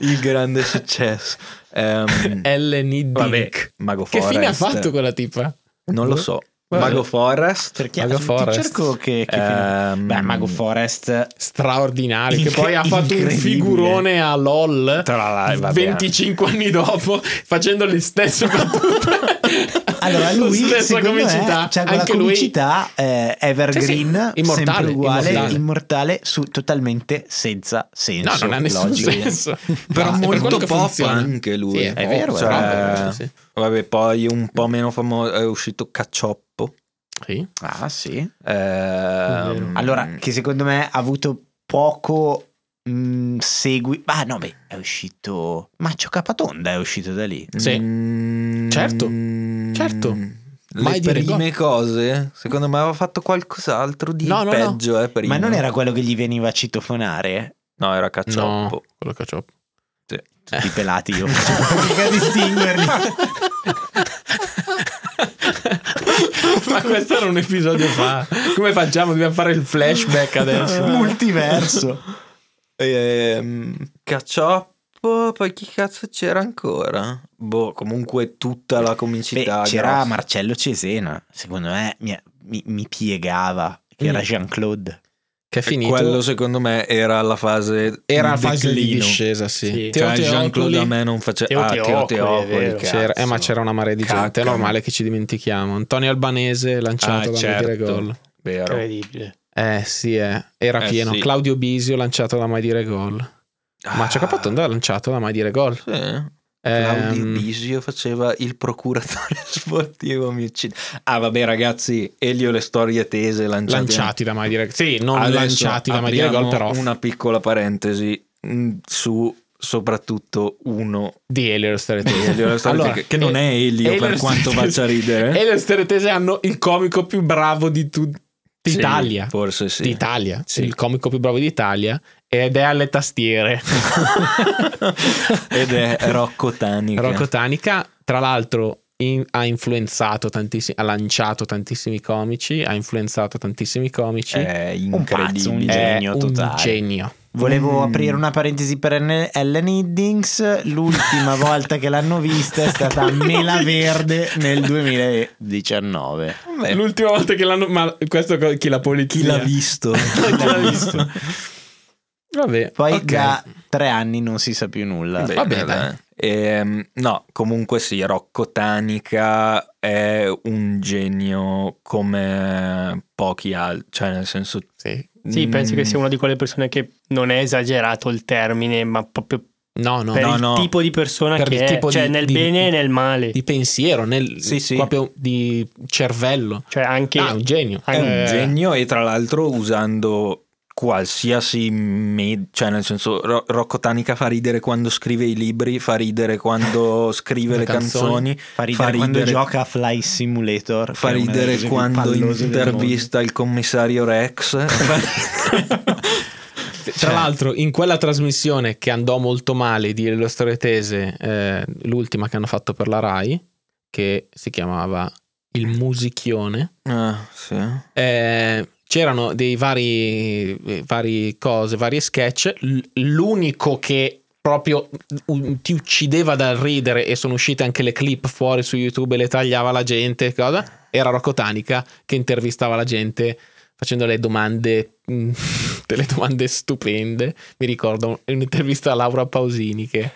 S2: il grande successo. Ehm,
S4: LND.
S2: vabbè, Mago
S4: Eh, Che
S2: Forest.
S4: fine ha fatto quella tipa?
S2: Non
S4: Boh.
S2: lo so.
S4: Vabbè.
S2: Mago Forest.
S3: Perché
S4: Mago
S3: Mago
S4: Forest.
S3: cerco che, che
S2: ehm,
S3: Beh, Mago Forest
S4: Straordinario. Che
S3: Incre-
S4: poi ha fatto un
S3: incredibile.
S4: figurone a LOL
S2: Tra la- vabbè.
S4: 25 anni dopo, facendo le stesse battute. *laughs*
S3: Allora
S4: Lo
S3: lui
S4: stesso
S3: secondo me, c'ha quella
S4: Anche lui
S3: comicità eh, evergreen,
S4: Sì, sì, immortale,
S3: sempre uguale,
S4: immortale.
S3: immortale, su, totalmente senza senso
S4: No, non ha nessun
S3: logico.
S4: senso.
S2: Però
S4: Ma è per
S2: molto
S4: quello che
S2: pop
S4: funziona.
S2: anche lui.
S4: Sì,
S3: è
S4: pop,
S3: vero, è
S4: cioè,
S2: vero.
S4: sì, sì.
S2: Vabbè, poi un po' meno famoso è uscito Caccioppo.
S4: Sì.
S3: Ah sì.
S2: Ehm,
S4: Mm.
S3: Allora, che secondo me ha avuto poco mh, segui... Ah no, beh, è uscito... Maccio Capatonda è uscito da lì.
S4: Sì.
S2: Mm,
S4: Certo, certo.
S2: Le
S4: Mai dire
S2: prime cose, secondo me aveva fatto qualcos'altro di
S4: No, no, no.
S2: peggio, eh, prima.
S3: Ma non era quello che gli veniva a citofonare?
S2: No, era Caccioppo.
S4: No, quello che ho.
S3: Tutti
S2: Eh. *laughs*
S3: i pelati io facevo fatica a distinguerli.
S4: *laughs* Ma questo era un episodio fa. Come facciamo? Dobbiamo fare il
S2: *laughs*
S4: flashback adesso.
S3: Multiverso.
S2: Ehm, Caccioppo, poi chi cazzo c'era ancora? Boh, comunque tutta la
S3: Beh,
S2: comicità.
S3: c'era
S2: grossa.
S3: Marcello Cesena, secondo me mi, mi- mi piegava, che
S4: Mm.
S3: era Jean-Claude.
S4: Che è
S2: E
S4: finito.
S2: Quello secondo me era la fase il
S4: era la fase di
S2: declino.
S4: discesa, sì.
S1: Sì.
S4: Teo
S2: Cioè Jean-Claude
S4: Teocoli
S2: a me non faceva
S1: Teo
S2: Ah, Teo
S1: Teocoli, è
S2: Teocoli
S1: vero.
S4: c'era- eh, ma
S2: cazzo.
S4: c'era una marea di gente, è
S2: Cacca.
S4: normale che ci dimentichiamo. Antonio Albanese
S2: Ah,
S4: lanciato da
S2: certo.
S4: Mai Dire Gol.
S2: Vero.
S1: Incredibile.
S4: Eh sì, eh. era
S2: Eh,
S4: pieno.
S2: sì.
S4: Claudio Bisio lanciato da Mai Dire Gol.
S2: Ah,
S4: Maccio Capatonda lanciato da Mai Dire Gol.
S2: Sì. Claudio
S4: Ehm,
S2: Bisio faceva il procuratore *laughs* sportivo. Mi uccide. Ah, vabbè, ragazzi, Elio le storie tese lanciate.
S4: lanciati da Mai Dire Sì, non
S2: Adesso
S4: lanciati da Mai Dire Gol,
S2: apriamo
S4: però
S2: Una piccola parentesi mh, su soprattutto uno
S4: di Elio e lo Stereotese.
S2: Elio le storie
S4: Allora, eh,
S2: tese, che non è Elio
S4: Elio
S2: per
S4: le
S2: quanto
S4: storie tese-
S2: faccia ridere.
S4: Elio e lo Stereotese hanno il comico più bravo di tutti d'Italia.
S2: Forse sì.
S4: d'Italia,
S2: Sì.
S4: il comico più bravo d'Italia, ed è alle tastiere.
S2: *laughs* Ed
S4: *laughs*
S2: è Rocco Tanica.
S4: Rocco Tanica, tra l'altro, in- ha influenzato tantissimi, ha lanciato tantissimi comici, ha influenzato tantissimi comici.
S2: È
S3: Un pazzo, un
S2: incredibile.
S4: È
S3: genio totale.
S4: genio.
S3: Volevo
S2: Mm.
S3: aprire una parentesi per Ellen- Ellen Hiddings.
S2: *laughs*
S3: L'ultima volta che l'hanno vista è stata a Mela Verde
S2: *laughs*
S3: nel 2019.
S2: Beh,
S4: L'ultima volta che l'hanno... Ma questo co- chi la polizia?
S2: chi l'ha visto?
S4: Chi
S2: *laughs*
S4: l'ha visto? Vabbè.
S3: Poi
S4: ok.
S3: da tre anni non si sa più nulla.
S2: Bene,
S4: Vabbè, dai.
S2: dai. Ehm, no, comunque sì, Rocco Tanica è un genio come pochi altri, cioè nel senso...
S4: Sì.
S1: Sì, penso che
S2: Mm,
S1: sia una di quelle persone che non è esagerato il termine, ma proprio
S4: No, no,
S1: per
S4: no.
S1: il
S2: no.
S1: tipo di persona
S4: Per
S1: che
S4: il
S1: è,
S4: tipo
S1: cioè
S4: di-
S1: nel
S4: di-
S1: bene e nel male,
S4: Di pensiero, nel,
S2: Sì, sì.
S4: proprio di cervello.
S1: cioè anche
S4: Ah, un genio.
S1: È
S2: È un
S1: Eh.
S2: genio e tra l'altro usando qualsiasi med- cioè nel senso Ro- Rocco Tanica fa ridere quando scrive i libri, fa ridere quando scrive
S4: Le
S2: le canzoni,
S3: Fa ridere
S2: Fa
S3: quando
S2: ridere-
S3: gioca a Fly Simulator.
S2: fa
S3: che è una delle
S2: ridere
S3: cose più
S2: quando
S3: pallose del mondo.
S2: intervista il commissario Rex.
S4: Eh, Tra l'altro, in quella trasmissione che andò molto male di Le Storie Tese, eh, l'ultima che hanno fatto per la Rai, che si chiamava Il Musichione,
S2: Ah, sì.
S4: eh, c'erano dei vari, eh, vari cose, vari sketch. L- l'unico che proprio u- ti uccideva dal ridere e sono uscite anche le clip fuori su YouTube e le tagliava la gente, cosa? Era Rocco Tanica che intervistava la gente facendo le domande, mm, *laughs* delle domande stupende. Mi ricordo un'intervista a Laura
S2: *laughs*
S4: Pausini che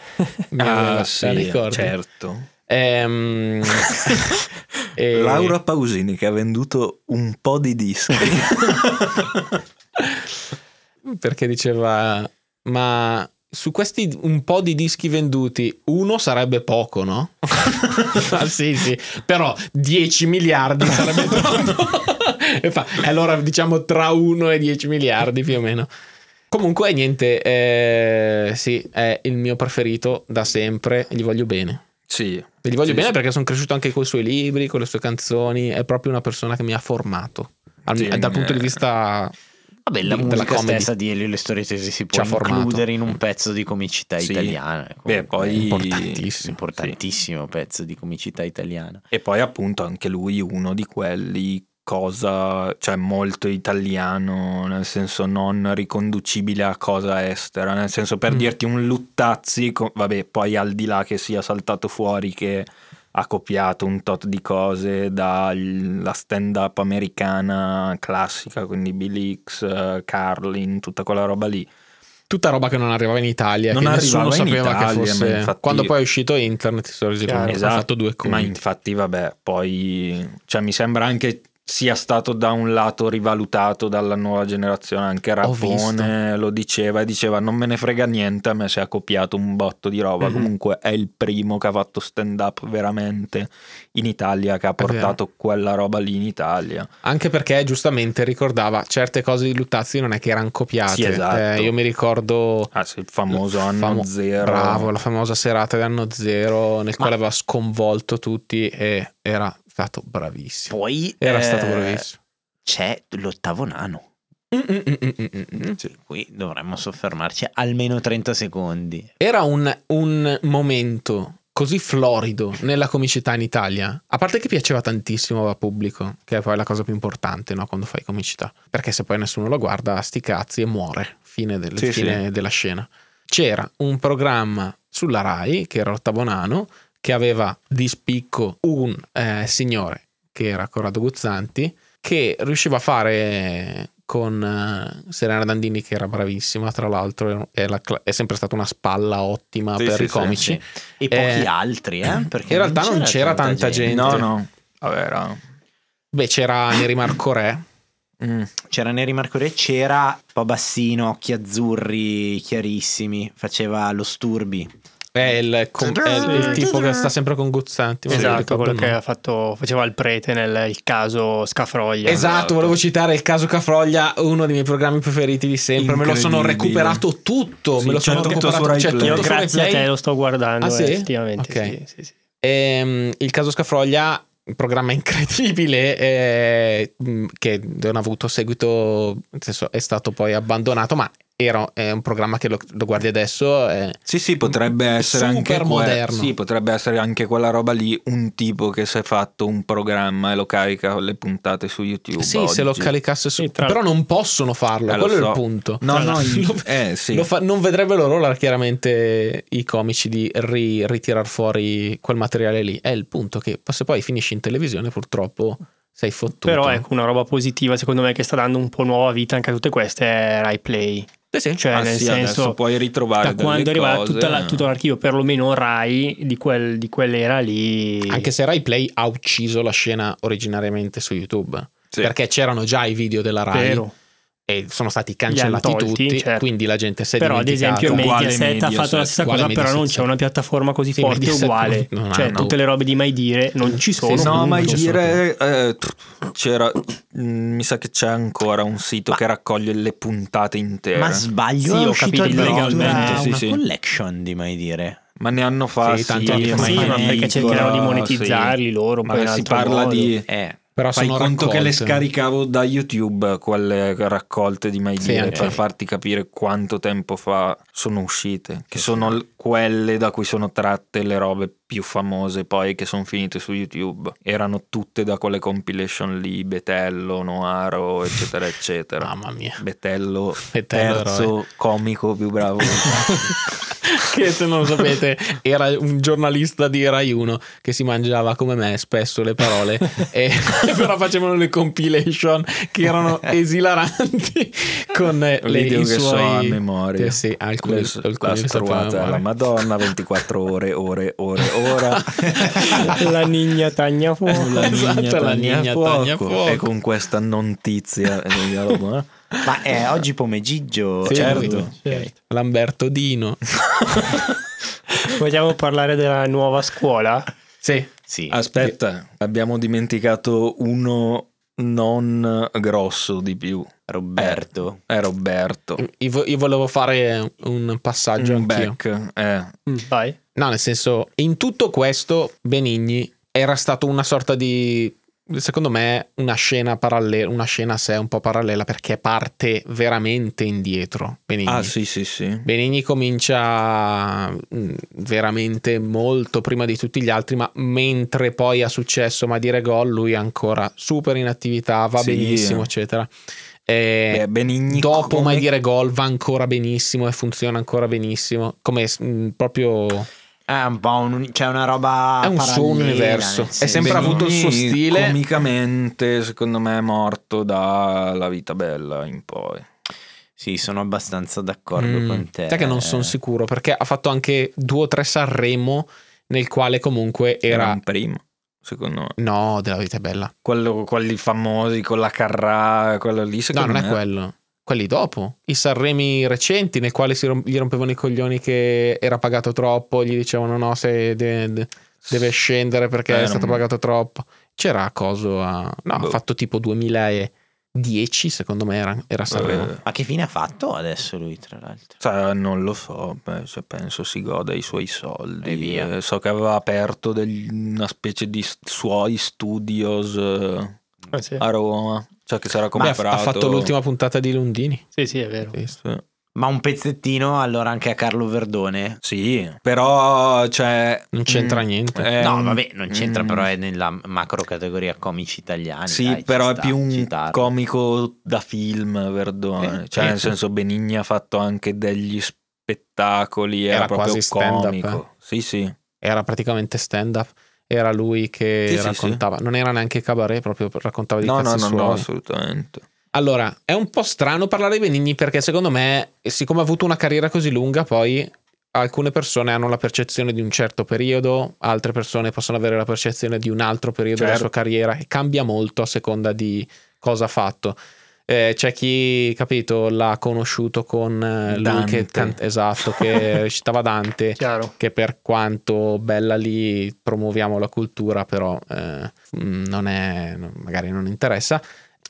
S4: mi aveva- la
S2: Ah, sì,
S4: ricordi?
S2: certo. *laughs*
S4: Ehm, *laughs* e-
S2: Laura Pausini che ha venduto un po' di dischi.
S4: perché diceva ma su questi un po' di dischi venduti uno sarebbe poco no? *laughs* Ah, sì sì però 10 miliardi *laughs* sarebbe troppo e fa, "E allora diciamo tra 1 e 10 miliardi più o meno comunque niente eh, sì è il mio preferito da sempre gli voglio bene
S2: *laughs* sì.
S4: gli voglio
S2: Sì,
S4: bene
S2: sì.
S4: perché sono cresciuto anche con i suoi libri con le sue canzoni è proprio una persona che mi ha formato Al-
S2: Sì,
S4: dal punto di
S2: eh.
S4: vista
S3: Vabbè, la
S4: di- della
S3: musica
S4: comedy.
S3: stessa di Elio e le storie tesi si può
S4: Ci ha formato.
S3: includere in un pezzo di comicità
S2: Sì.
S3: italiana.
S2: Beh,
S3: comunque.
S2: poi...
S4: importantissimo.
S3: importantissimo pezzo di comicità italiana.
S2: E poi appunto anche lui uno di quelli cosa, cioè molto italiano, nel senso non riconducibile a cosa estera, nel senso per
S4: Mm.
S2: dirti un Luttazzi, co- vabbè, poi al di là che sia saltato fuori che ha copiato un tot di cose dalla stand-up americana classica, quindi Bill Hicks, eh, Carlin, tutta quella roba lì.
S4: tutta roba che non arrivava in Italia,
S2: Non
S4: che nessuno
S2: arrivava in
S4: sapeva che
S2: Italia,
S4: fosse.
S2: ma infatti-
S4: Quando poi è uscito internet, si sono resi
S1: Chiaro.
S4: conto che hanno
S2: Esatto,
S4: fatto due
S2: Ma
S4: conti.
S2: infatti, vabbè, poi cioè, mi sembra anche sia stato da un lato rivalutato dalla nuova generazione. Anche Rapone lo diceva e diceva: Non me ne frega niente a me se ha copiato un botto di roba.
S4: Mhm.
S2: Comunque è il primo che ha fatto stand up veramente in Italia, che ha
S4: vero.
S2: portato quella roba lì in Italia.
S4: Anche perché giustamente ricordava certe cose di Luttazzi non è che erano copiate.
S2: Sì, esatto.
S4: Eh, io mi ricordo.
S2: Ah, sì, il famoso
S4: la
S2: anno
S4: famo-
S2: zero.
S4: Bravo, la famosa serata di anno zero nel quale aveva sconvolto tutti e era stato bravissimo.
S3: Poi
S4: Era
S3: eh,
S4: stato bravissimo.
S3: c'è l'ottavo nano.
S4: Mm, mm, mm, mm, mm, mm.
S3: Sì, Qui dovremmo soffermarci almeno 30 secondi.
S4: Era un, un momento così florido nella comicità in Italia. A parte che piaceva tantissimo al pubblico, che è poi la cosa più importante no, quando fai comicità. Perché se poi nessuno lo guarda, sti cazzi e muore. Fine, del-
S2: Sì,
S4: fine della scena. C'era un programma sulla Rai, che era l'ottavo nano, che aveva di spicco un eh, signore, che era Corrado Guzzanti, che riusciva a fare con eh, Serena Dandini, che era bravissima, tra l'altro, è, la cla- è sempre stata una spalla ottima
S2: Sì,
S4: per
S2: sì,
S4: i
S2: sì,
S4: comici.
S3: E pochi
S4: Eh,
S3: altri, eh? Perché
S4: in realtà non c'era tanta gente.
S2: No, no. Vabbè, era-
S4: Beh, c'era Neri Marco Re,
S2: Mm.
S3: C'era Neri Marco Re, c'era un po' bassino, occhi azzurri, chiarissimi, faceva lo sturbi.
S4: è il, com- è il tipo che sta sempre con Guzzanti. ma non mi
S1: esatto,
S4: ricordo
S1: quello
S4: il
S1: che
S4: nome.
S1: ha fatto, faceva il prete nel il caso Scafroglia.
S4: Esatto, volevo citare il caso Cafroglia, uno dei miei programmi preferiti di sempre. Me lo sono
S2: Incredibile.
S4: recuperato tutto.
S2: Sì, certo.
S4: me lo
S2: c'è
S4: sono
S2: tutto
S4: recuperato
S2: su Rai
S4: cioè,
S2: Play.
S4: tutto
S1: Io
S4: su Rai
S1: grazie a
S4: Play.
S1: te lo sto guardando
S4: Ah, sì?
S1: eh, effettivamente.
S4: Ok.
S1: sì, sì, sì.
S4: Ehm, il caso Scafroglia un programma *laughs* incredibile eh, mh, che non ha avuto seguito, nel senso, è stato poi abbandonato, ma era, è un programma che lo, lo guardi adesso. eh,
S2: Sì, sì, potrebbe essere
S4: super
S2: anche que-
S4: moderno.
S2: sì, potrebbe essere anche quella roba lì, un tipo che si è fatto un programma e lo carica le puntate su YouTube.
S4: sì, se lo
S2: oggi.
S4: caricasse su...
S1: Sì, tra-
S4: Però non possono farlo,
S2: Eh, lo
S4: quello è il
S2: so.
S4: punto.
S2: No,
S1: Tra
S2: no,
S4: l'altro-
S2: eh, sì.
S4: Lo fa- non vedrebbero l'ora chiaramente i comici di ri- ritirare fuori quel materiale lì. È il punto che se poi finisci in televisione purtroppo sei fottuto.
S1: Però ecco, una roba positiva secondo me che sta dando un po' nuova vita anche a tutte queste è Rai Play.
S4: Eh sì.
S1: Cioè,
S2: Ah,
S1: nel
S2: sì, adesso
S1: senso,
S2: puoi ritrovare
S1: da
S2: delle
S1: quando è arrivato
S2: cose,
S1: tutta la-
S2: eh.
S1: tutto l'archivio, perlomeno Rai, di, quel- di quell'era lì.
S4: Anche se Rai Play ha ucciso la scena originariamente su YouTube.
S2: Sì.
S4: Perché c'erano già i video della Rai
S1: Vero.
S4: e sono stati cancellati
S1: Li hanno tolti,
S4: tutti,
S1: certo.
S4: quindi la gente si è
S1: Però ad
S4: dimenticata.
S1: esempio
S2: Uguale
S1: Mediaset ha fatto la
S2: Mediaset,
S1: stessa
S4: uguale
S1: cosa, però non
S4: Mediaset.
S1: c'è una piattaforma così
S4: Sì,
S1: forte
S4: Mediaset
S1: uguale.
S4: non ha,
S1: cioè,
S4: no.
S1: tutte le robe di Mai Dire non ci sono.
S4: sì,
S2: No,
S4: non
S2: ma
S4: ci sono
S2: dire, eh, tr- c'era, mm, mi sa che c'è ancora un sito
S3: Ma-
S2: che raccoglie le puntate intere.
S3: Ma sbaglio,
S1: Sì,
S3: è
S1: ho
S3: uscito
S1: capito,
S3: addirittura
S1: legalmente,
S2: sì,
S3: Cioè, una
S2: sì.
S3: collection di mai dire.
S2: Ma ne hanno fatti
S4: Sì, tanti anni fa.
S1: Sì, ma
S3: Manicola,
S1: perché cercheranno di monetizzarli loro, poi in
S2: ma si
S1: altro
S2: parla
S1: modo.
S2: di...
S3: Eh.
S4: Però
S2: Fai
S4: sono
S2: conto che le
S4: raccolte.
S2: scaricavo da YouTube quelle raccolte di My
S4: Sì,
S2: Dire,
S4: anche.
S2: per farti capire quanto tempo fa sono uscite, che sono l- quelle da cui sono tratte le robe più famose poi che sono finite su YouTube. Erano tutte da quelle compilation lì, Betello, Noaro, eccetera,
S4: *laughs*
S2: eccetera.
S4: Mamma mia.
S2: Betello,
S4: Betello,
S2: terzo comico più bravo.
S4: che se non lo sapete era un giornalista di Rai 1 che si mangiava come me spesso
S2: *laughs*
S4: le parole e *laughs* però facevano le compilation che
S2: *laughs*
S4: erano esilaranti con eh, le,
S2: Video
S4: i
S2: che so a
S4: suoi
S2: memoria.
S4: eh sì, alcuni,
S2: Le-
S4: alcuni
S2: la
S4: li sapevamo,
S2: struata alla
S4: eh.
S2: Madonna, 24 ore, ore, ore,
S4: *laughs*
S2: ora.
S1: *laughs* la nigna tagna fuoco.
S2: La
S4: Esatto,
S2: nigna
S4: la
S2: taglia
S4: nigna
S2: fuoco.
S4: taglia fuoco.
S2: E con questa non tizia. eh, la roba,
S4: *laughs*
S2: eh.
S3: Ma è oggi pomeriggio,
S4: Sì,
S3: certo.
S4: lui, certo. *laughs* Lamberto Dino
S1: Vogliamo parlare della nuova scuola?
S4: sì
S3: Sì.
S2: Aspetta, abbiamo dimenticato uno non grosso di più.
S3: Roberto.
S2: È Roberto.
S4: io, vo- io volevo fare un passaggio
S2: Un
S4: Mm, anch'io
S2: back. eh.
S1: Vai.
S4: No, nel senso, in tutto questo Benigni era stato una sorta di secondo me una scena parallela, una scena a sé un po' parallela perché parte veramente indietro Benigni.
S2: Ah sì sì sì.
S4: Benigni comincia mh, veramente molto prima di tutti gli altri, ma mentre poi ha successo ma dire gol, lui è ancora super in attività, va
S2: Sì.
S4: benissimo, eccetera. E
S2: Beh, Benigni
S4: eh, dopo
S2: come-
S4: mai dire gol va ancora benissimo e funziona ancora benissimo, come mh, proprio
S3: eh, È un po' un, c'è una roba.
S4: È un suo
S3: parallela,
S4: universo.
S3: nel
S4: È
S3: senso-
S4: sempre
S2: Benigni
S4: avuto il suo stile.
S2: Comicamente, secondo me, è morto dalla vita bella in poi.
S3: Sì, sono abbastanza d'accordo
S4: Mm.
S3: con te.
S4: Sai che non sono sicuro perché ha fatto anche due o tre Sanremo nel quale comunque era...
S2: un primo, secondo me.
S4: No, della vita è bella.
S2: Quello- quelli famosi con la carrà, quello lì,
S4: No,
S2: secondo
S4: Cioè, non
S2: me. eh,
S4: è quello. Quelli dopo, i Sanremi recenti nel quale si rom- gli rompevano i coglioni che era pagato troppo, gli dicevano no se de- de- deve scendere perché
S2: Eh,
S4: è
S2: non-
S4: stato pagato troppo. C'era coso a... No,
S2: Boh.
S4: ha fatto tipo 2010 secondo me era, era Sanremo.
S2: Eh,
S3: Ma che fine ha fatto adesso lui, tra l'altro?
S2: Cioè, non lo so, beh, cioè, penso si goda i suoi soldi.
S3: E via.
S2: Eh, So che aveva aperto degli- una specie di s- suoi studios eh,
S1: Ah, sì.
S2: a Roma. Cioè, che sarà
S4: Beh, ha-
S2: comprato.
S4: ha fatto l'ultima puntata di Lundini.
S1: sì, sì, è vero.
S2: Sì.
S3: Ma un pezzettino allora anche a Carlo Verdone?
S2: Sì, però, cioè.
S4: Non c'entra
S2: mm,
S4: niente.
S2: è
S3: no,
S2: un-
S3: vabbè, non c'entra,
S2: mm,
S3: però è nella macro categoria comici italiani.
S2: Sì,
S3: dai, ci
S2: però è
S3: sta
S2: più un
S3: citarlo.
S2: comico da film, Verdone.
S4: Eh,
S2: cioè,
S4: eh.
S3: certo.
S2: nel senso, Benigni ha fatto anche degli spettacoli. Era,
S4: Era
S2: proprio
S4: quasi stand-up, eh?
S2: comico. Sì, sì.
S4: era praticamente stand up era lui che
S2: Eh. Sì, sì,
S4: raccontava non era neanche cabaret proprio raccontava di
S2: No, no, no,
S4: cazzi
S2: no,
S4: suoi
S2: assolutamente.
S4: allora è un po' strano parlare di Benigni perché secondo me siccome ha avuto una carriera così lunga poi alcune persone hanno la percezione di un certo periodo altre persone possono avere la percezione di un altro periodo della
S2: Certo.
S4: sua carriera e cambia molto a seconda di cosa ha fatto Eh, c'è chi, capito, l'ha conosciuto con eh, lui
S2: Dante.
S4: che, can- esatto, che *laughs* recitava Dante
S1: Chiaro.
S4: che per quanto bella lì promuoviamo la cultura, però eh, mh, non è, non- magari non interessa.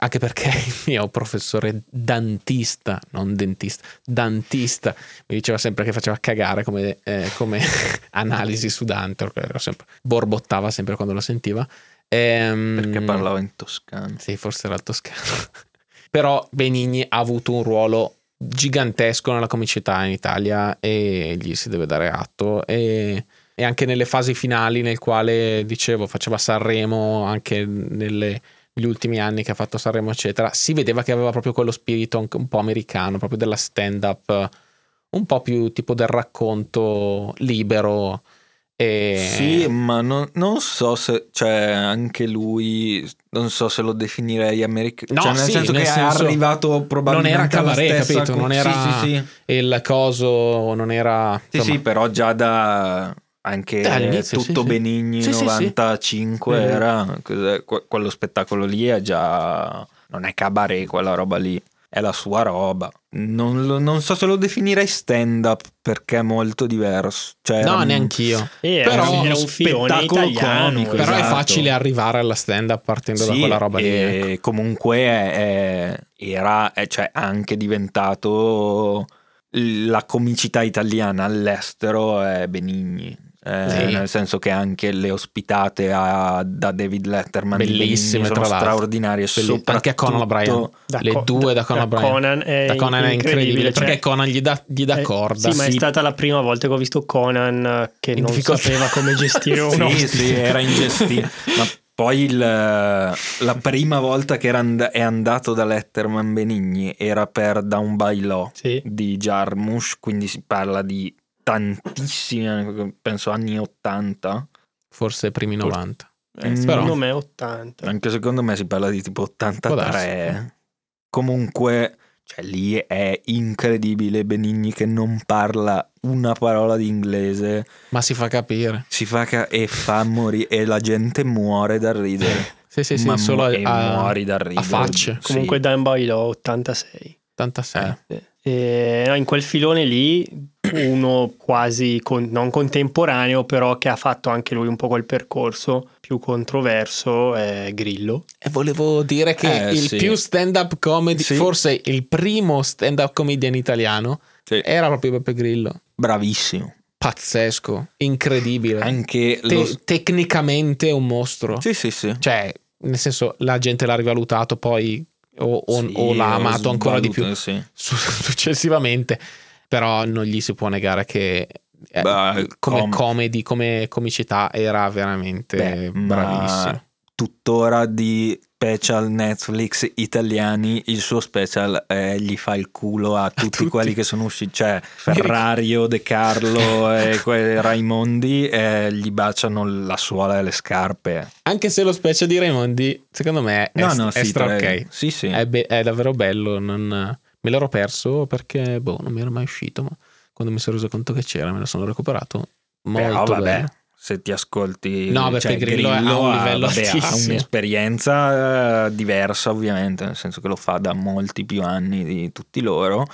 S4: Anche perché *laughs* il mio professore dantista, non dentista, dantista, mi diceva sempre che faceva cagare come, *laughs* eh, come analisi su Dante, perché era sempre- borbottava sempre quando lo sentiva. Ehm,
S2: Perché parlava in toscano.
S4: Sì, forse era il toscano. *laughs* Però Benigni ha avuto un ruolo gigantesco nella comicità in Italia e gli si deve dare atto. E, e anche nelle fasi finali, nel quale dicevo, faceva Sanremo, anche nelle- negli ultimi anni che ha fatto Sanremo, eccetera, si vedeva che aveva proprio quello spirito anche un po' americano, proprio della stand-up, un po' più tipo del racconto libero. E...
S2: Sì, ma non, non so se, cioè, anche lui, non so se lo definirei americano.
S4: No,
S2: cioè, nel
S4: sì,
S2: senso
S4: nel
S2: che
S4: senso-
S2: è arrivato probabilmente.
S4: non era
S2: alla
S4: cabaret,
S2: stessa
S4: capito? Non era-
S2: Sì, sì, sì.
S4: e il coso non era
S2: Sì,
S4: insomma,
S2: sì, però già da anche
S4: Eh, all'inizio, sì,
S2: tutto
S4: sì.
S2: Benigni
S4: Sì, sì, sì.
S2: 95
S4: Mhm.
S2: era cos'è, que- quello spettacolo lì è già non è cabaret quella roba lì è la sua roba non, lo- non so se lo definirei stand up perché è molto diverso cioè,
S4: No,
S2: mm,
S4: neanch'io.
S1: E
S4: Però
S1: era, un- era
S2: uno
S1: un filone
S2: spettacolo
S1: italiano.
S2: comico,
S4: Però è
S2: Esatto.
S4: facile arrivare alla stand up partendo da
S2: sì,
S4: quella roba lì.
S2: e
S4: ecco.
S2: comunque è- è- era è- cioè, anche diventato la comicità italiana all'estero è Benigni Eh,
S4: Sì.
S2: nel senso che anche le ospitate a- da David Letterman di
S4: Bellissime,
S2: Benigni
S4: tra
S2: sono
S4: l'altro.
S2: straordinarie
S4: Belli- anche a Conan O'Brien.
S2: soprattutto-
S1: Da
S4: Le
S1: Co-
S4: due da Conan O'Brien.
S1: è,
S4: Da Conan è incredibile
S1: cioè-
S4: perché Conan gli dà, gli dà
S1: Eh,
S4: corda.
S1: Sì, ma è
S2: sì.
S1: stata la prima volta che ho visto Conan eh, che
S4: In
S1: non
S4: difficoltà.
S1: sapeva come
S2: *laughs*
S1: gestire un
S2: sì,
S1: ospite.
S2: sì, era
S4: *laughs*
S2: ingestito ma poi il- la prima volta che era and- è andato da Letterman Benigni era per Down by Law
S1: Sì.
S2: di Jarmusch, quindi si parla di tantissimi, penso anni 80,
S4: Forse primi 90.
S1: Eh,
S2: Mm.
S1: secondo me 80.
S2: anche secondo me si parla di tipo
S4: Può darsi.
S2: 83. Comunque, cioè lì è incredibile Benigni che non parla una parola di inglese,
S4: Ma si fa capire.
S2: si fa ca- e fa morire e la gente muore da ridere.
S4: Sì, sì, sì,
S2: Ma mu-
S4: solo
S2: e
S4: a,
S2: muori da ridere.
S4: facce.
S2: Sì. eh.
S1: Comunque Dan Bailo 86.
S4: 86.
S1: E, no, in quel filone lì uno quasi con- non contemporaneo però che ha fatto anche lui un po' quel percorso più controverso è Grillo
S4: E volevo dire che
S2: Eh,
S4: il
S2: sì.
S4: più stand-up comedy,
S2: Sì.
S4: forse il primo stand-up comedian italiano,
S2: Sì.
S4: era proprio Beppe Grillo.
S2: Bravissimo.
S4: Pazzesco, incredibile.
S2: Anche
S4: Eh. Te-
S2: lo...
S4: Tecnicamente un mostro.
S2: Sì, sì, sì.
S4: Cioè, nel senso, la gente l'ha rivalutato poi o, o-
S2: Sì,
S4: o l'ha amato ancora di più
S2: svaluto, sì.
S4: *laughs* su- successivamente. Però non gli si può negare che eh,
S2: Beh,
S4: come
S2: com-
S4: comedy, come comicità era veramente
S2: Beh, ma-
S4: bravissimo.
S2: tuttora di special Netflix italiani, il suo special eh, gli fa il culo *laughs* a tutti,
S4: tutti.
S2: quelli che sono usciti, cioè Ferrario, De *laughs* Carlo e que- Raimondi, eh, gli baciano la suola e le scarpe.
S4: *laughs* Anche se lo special di Raimondi, secondo me, è,
S2: No,
S4: st-
S2: no,
S4: è
S2: sì,
S4: stra
S2: tra- Eh,
S4: ok.
S2: Sì, sì.
S4: È, be- è davvero bello. non- Me l'ero perso perché boh, non mi era mai uscito. Ma quando mi sono reso conto che c'era, me lo sono recuperato. Molto
S2: Però oh, vabbè,
S4: bello.
S2: se ti ascolti
S4: No, beh,
S2: cioè,
S4: per Grillo ha un livello
S2: vabbè, ha
S4: altissimo.
S2: un'esperienza eh, diversa ovviamente, nel senso che lo fa da molti più anni di tutti loro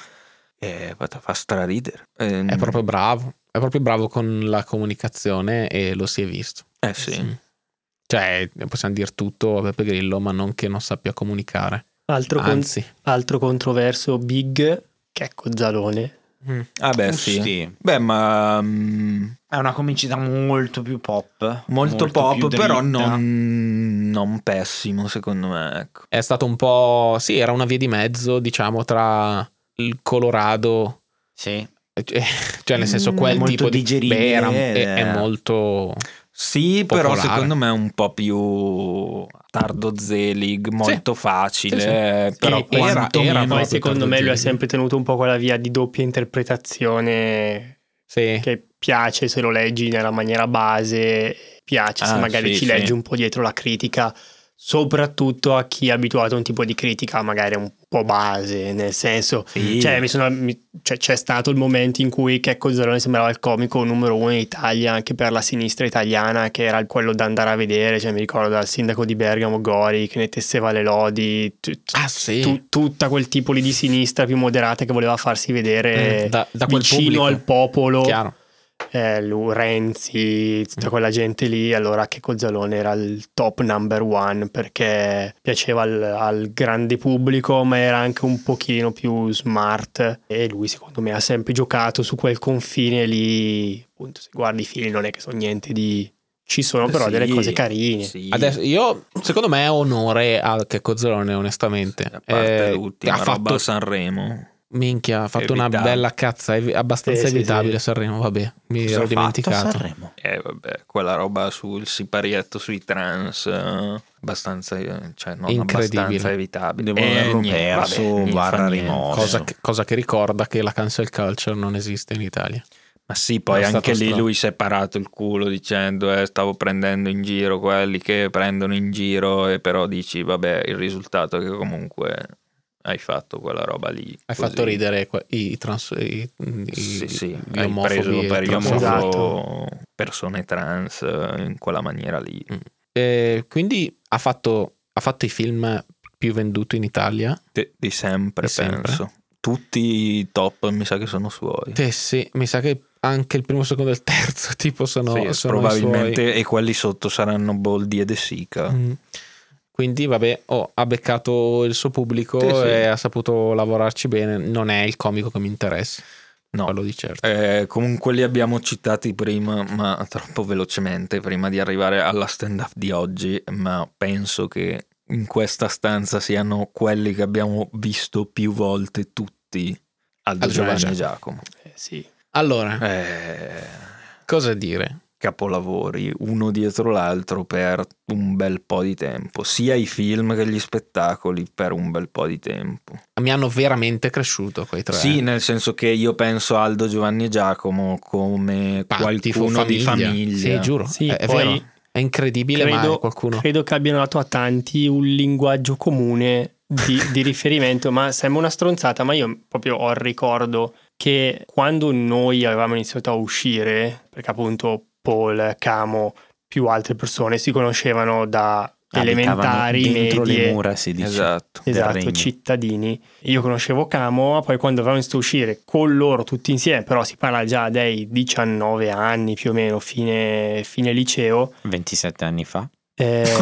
S2: e fa- fa straridere. Ehm,
S4: È proprio bravo. È proprio bravo con la comunicazione e lo si è visto. Mm.
S2: Eh sì.
S4: Cioè, possiamo dire tutto a Peppe Grillo, ma non che non sappia comunicare.
S1: altro, con-
S4: Anzi,
S1: altro controverso Big che è Cozzalone
S2: Ah beh, sì. Beh, ma mm,
S3: È una comicità molto più pop.
S2: molto,
S3: più
S2: pop, però
S3: dritta.
S2: non, non pessimo, secondo me. Ecco.
S4: è stato un po'. Sì, era una via di mezzo, diciamo, tra il Colorado.
S3: Sì.
S4: eh, Cioè, *laughs* nel senso,
S2: Mm,
S4: quel
S3: molto
S4: tipo di.
S3: digeribile
S4: beh, era- è-
S3: ed
S4: è
S3: è-
S4: molto.
S2: Sì,
S4: Popolare.
S2: però secondo me è un po' più tardo Zelig, molto facile,
S4: Sì, sì.
S2: però
S4: E- era-
S2: quantomeno-
S4: era
S1: poi
S4: proprio
S1: secondo me lui
S4: Tardo
S1: ha
S4: Zelig.
S1: sempre tenuto un po' quella via di doppia interpretazione
S4: Sì.
S1: che piace se lo leggi nella maniera base piace se
S2: Ah,
S1: magari
S2: sì,
S1: ci
S2: sì.
S1: leggi un po' dietro la critica soprattutto a chi è abituato a un tipo di critica magari un po' base nel senso
S2: Sì.
S1: Cioè, mi sono- mi- cioè, c'è stato il momento in cui Checco Zalone sembrava il comico numero uno in Italia, anche per la sinistra italiana, che era quello da andare a vedere. Cioè, mi ricordo dal sindaco di Bergamo Gori che ne tesseva le lodi, tu- tu-
S4: Ah, sì.
S1: tu- tutta quel tipo lì di sinistra più moderata che voleva farsi vedere
S4: Mm, da, da quel
S1: eh, vicino
S4: pubblico.
S1: al popolo.
S4: Chiaro.
S1: Eh, lui, Renzi, tutta quella gente lì, allora che Cozzalone era il top number one perché piaceva al, al grande pubblico ma era anche un pochino più smart e lui secondo me ha sempre giocato su quel confine lì, appunto se guardi i film non è che sono niente di Ci sono però delle
S2: Sì,
S1: cose carine.
S2: sì.
S4: Adesso, io, secondo me, è onore a Checco Zolone, onestamente.
S2: a parte
S4: Eh,
S2: l'ultima
S4: ha
S2: roba
S4: fatto,
S2: a Sanremo.
S4: minchia, ha fatto una
S2: Evitabile.
S4: bella cazza, ev- abbastanza
S1: Sì, sì,
S4: evitabile
S1: sì.
S4: Sanremo, vabbè, mi
S3: Cosa ha
S4: ero
S3: fatto a
S4: dimenticato.
S3: Sanremo?
S2: Eh vabbè, quella roba sul siparietto sui trans, eh, abbastanza, eh, cioè non
S4: Incredibile.
S2: abbastanza evitabile. Eh,
S3: Devono averlo
S2: niente,
S3: perso,
S2: vabbè, niente,
S3: barra
S2: fa niente.
S3: rimosso.
S4: Cosa che, cosa che ricorda che la cancel culture non esiste in Italia.
S2: Ma sì, poi
S4: Era
S2: anche
S4: stato
S2: lì
S4: stra-
S2: lui si è parato il culo dicendo eh, stavo prendendo in giro quelli che prendono in giro e però dici vabbè il risultato è che comunque hai fatto quella roba lì.
S4: Hai
S2: così.
S4: fatto ridere que- i trans. I, i,
S2: Sì, sì,
S4: gli
S2: hai
S4: omofobi
S2: preso
S4: e
S2: per gli
S4: transfobi.
S2: omofobi
S1: Esatto.
S2: persone trans eh, in quella maniera lì.
S4: Eh, quindi ha fatto, ha fatto i film più venduti in Italia.
S2: Di, di sempre,
S4: Di sempre.
S2: penso. Tutti i top mi sa che sono suoi.
S4: Te sì, mi sa che anche il primo, secondo e il terzo *laughs* tipo sono,
S2: Sì,
S4: sono i
S2: probabilmente, e quelli sotto saranno Boldi e De Sica.
S4: suoi. Mm. Quindi vabbè, oh, ha beccato il suo pubblico
S2: Sì, sì.
S4: e ha saputo lavorarci bene. Non è il comico che mi interessa,
S2: No,
S4: quello di certo.
S2: Eh, comunque li abbiamo citati prima, ma troppo velocemente, prima di arrivare alla stand-up di oggi, ma penso che in questa stanza siano quelli che abbiamo visto più volte tutti, Aldo
S4: Aldo
S2: Giovanni
S4: Giovanni.
S2: e Giacomo.
S1: Eh, sì.
S4: Allora,
S2: Eh,
S4: cosa dire?
S2: capolavori, uno dietro l'altro per un bel po' di tempo, sia i film che gli spettacoli per un bel po' di tempo.
S4: Mi hanno veramente cresciuto quei tre.
S2: Sì, nel senso che io penso a Aldo, Giovanni e Giacomo come
S4: Pa- tifo
S2: qualcuno di famiglia.
S4: Sì, giuro.
S1: Sì,
S4: Eh, è, è
S1: poi
S4: vero. È incredibile, ma è
S1: credo,
S4: qualcuno.
S1: credo che abbiano dato a tanti un linguaggio comune di, di riferimento, ma sembra una stronzata, ma io proprio ho il ricordo che quando noi avevamo iniziato a uscire, perché appunto Paul, Camo, più altre persone si conoscevano da
S3: Abitavano
S1: elementari,
S3: dentro le
S1: medie,
S3: mura si dice.
S2: Esatto.
S3: del
S1: Esatto,
S3: regno.
S1: cittadini. Io conoscevo Camo, poi quando avevamo iniziato a uscire con loro tutti insieme, però si parla già dei 19 anni più o meno, fine, fine liceo.
S3: 27 anni fa.
S1: eh, *laughs*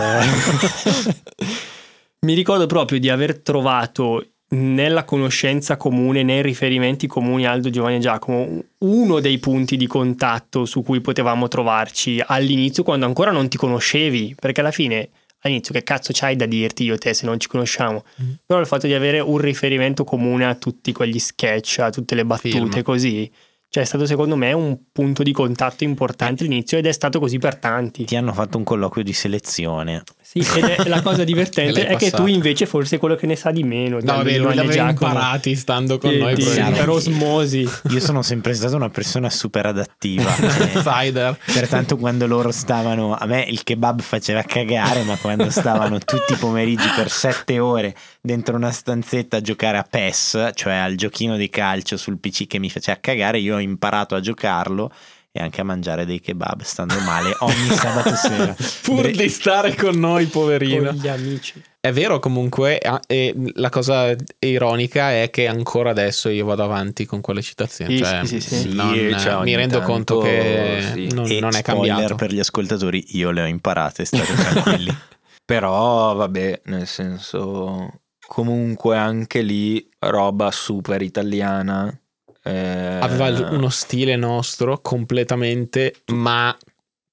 S1: mi ricordo proprio di aver trovato nella conoscenza comune, nei riferimenti comuni Aldo, Giovanni e Giacomo, uno dei punti di contatto su cui potevamo trovarci all'inizio quando ancora non ti conoscevi, perché alla fine all'inizio che cazzo c'hai da dirti io e te se non ci conosciamo?
S4: Mm.
S1: Però il fatto di avere un riferimento comune a tutti quegli sketch, a tutte le battute
S4: Film.
S1: così, cioè è stato secondo me un punto di contatto importante all'inizio ed è stato così per tanti.
S3: Ti hanno fatto un colloquio di selezione.
S1: Sì, ed è
S4: *laughs*
S1: la cosa
S4: E
S1: divertente
S4: l'hai
S1: è che
S4: passata.
S1: tu invece forse è quello che ne sa di meno.
S4: No, vabbè, lui l'aveva
S1: imparato
S4: imparati stando con noi.
S1: Sì, sì,
S4: probabilmente.
S1: per osmosi.
S3: Io sono sempre stata una persona super adattiva. *laughs* eh.
S4: Outsider. *laughs*
S3: Pertanto quando loro stavano, a me il kebab faceva cagare, ma quando stavano tutti i pomeriggi per sette ore dentro una stanzetta a giocare a PES, cioè al giochino di calcio sul PC che mi faceva cagare, io ho imparato a giocarlo e anche a mangiare dei kebab stando male ogni sabato sera.
S4: Pur
S3: Bre-
S4: di stare con noi, poverino.
S1: con gli amici.
S4: È vero comunque, ah, e la cosa ironica è che ancora adesso io vado avanti con quelle citazioni.
S1: Sì,
S4: cioè,
S1: sì, sì, sì.
S4: non-
S2: Sì, cioè, ogni
S4: mi rendo
S2: tanto,
S4: conto che
S2: sì.
S4: non,
S3: e
S4: non è
S3: spoiler
S4: cambiato.
S3: per gli ascoltatori, io le ho imparate, state tranquilli.
S2: Però vabbè, nel senso comunque anche lì roba super italiana. eh,
S4: Aveva l- uno stile nostro completamente, ma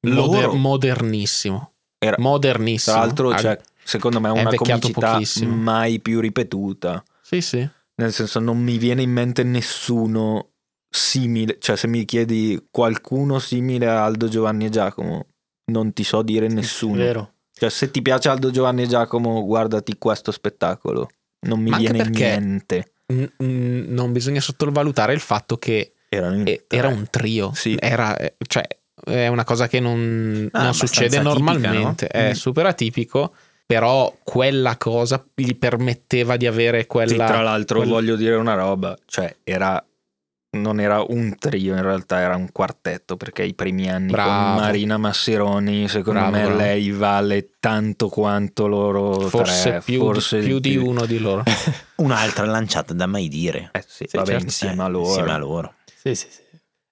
S2: Loro-
S4: moder- modernissimo.
S2: Era-
S4: modernissimo.
S2: Tra l'altro,
S4: Ah,
S2: cioè, secondo me è
S4: è
S2: una
S4: invecchiato
S2: comicità
S4: pochissimo.
S2: mai più ripetuta.
S4: Sì, sì.
S2: Nel senso non mi viene in mente nessuno simile, cioè se mi chiedi qualcuno simile a Aldo Giovanni e Giacomo, non ti so dire nessuno.
S1: Vero.
S2: Cioè, se ti piace Aldo Giovanni e Giacomo, guardati questo spettacolo. Non mi
S4: Ma anche
S2: viene
S4: perché-
S2: niente.
S4: N- n- non bisogna sottovalutare il fatto che
S2: Erano in
S4: E-
S2: tre.
S4: era un trio.
S2: Sì.
S4: Era, eh, cioè, è una cosa che non,
S3: Ah,
S4: non
S3: abbastanza
S4: succede
S3: atipica,
S4: normalmente.
S3: no?
S4: È
S3: Mm.
S4: super atipico, però quella cosa gli permetteva di avere
S2: Sì,
S4: quella.
S2: tra l'altro
S4: quella-
S2: voglio dire una roba, cioè era non era un trio, in realtà era un quartetto, perché i primi anni
S4: Bravo.
S2: con Marina Masseroni, secondo
S4: Bravo,
S2: me
S4: bravo.
S2: lei vale tanto quanto loro
S4: forse
S2: tre,
S4: più,
S2: forse
S4: più di uno di loro.
S3: *laughs* Un'altra lanciata da mai dire.
S2: Eh sì,
S4: Sì,
S2: vabbè,
S4: certo.
S2: insieme a
S3: Eh,
S2: loro.
S3: Insieme a loro.
S1: Sì, sì, sì.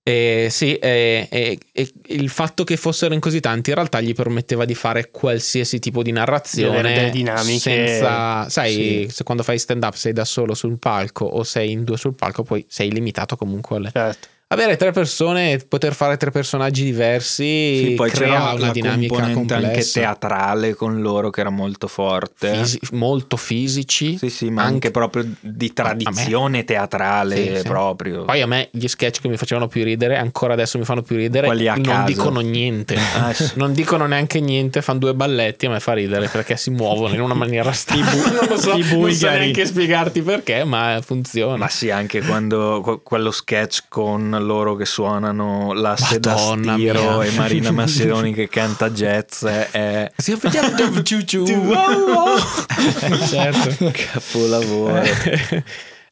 S4: E sì, e- e- e il fatto che fossero in così tanti in realtà gli permetteva di fare qualsiasi tipo di
S1: Di
S4: narrazione
S1: avere delle dinamiche.
S4: senza, sai,
S1: Sì.
S4: se quando fai stand up sei da solo sul palco o sei in due sul palco, poi sei limitato comunque alle,
S1: Certo.
S4: Avere tre persone e poter fare tre personaggi diversi
S2: Sì, poi
S4: crea
S2: c'era
S4: una
S2: la
S4: dinamica
S2: componente anche
S4: complessa.
S2: teatrale con loro che era molto forte. eh.
S4: Fisi- molto fisici.
S2: Sì, sì, ma
S4: Anche-
S2: anche, proprio di
S4: A- a me.
S2: tradizione teatrale
S4: Sì, sì.
S2: proprio.
S4: Poi a me gli sketch che mi facevano più ridere, ancora adesso mi fanno più ridere,
S2: Quelli a
S4: non
S2: caso.
S4: dicono niente.
S2: *laughs* Ah, sì.
S4: Non dicono neanche niente, fanno due balletti, a me fa ridere perché si muovono in una maniera strana. *laughs* non lo so,
S1: i
S4: non so
S1: bulgari.
S4: neanche spiegarti perché, ma funziona.
S2: *laughs* Ma sì, anche quando que- quello sketch con loro che suonano l'asse
S4: Madonna
S2: da stiro
S4: mia.
S2: e Marina Masseroni che canta jazz è
S4: Sì, vediamo- ciu, ciu. *laughs* certo.
S2: capolavoro.
S4: Eh,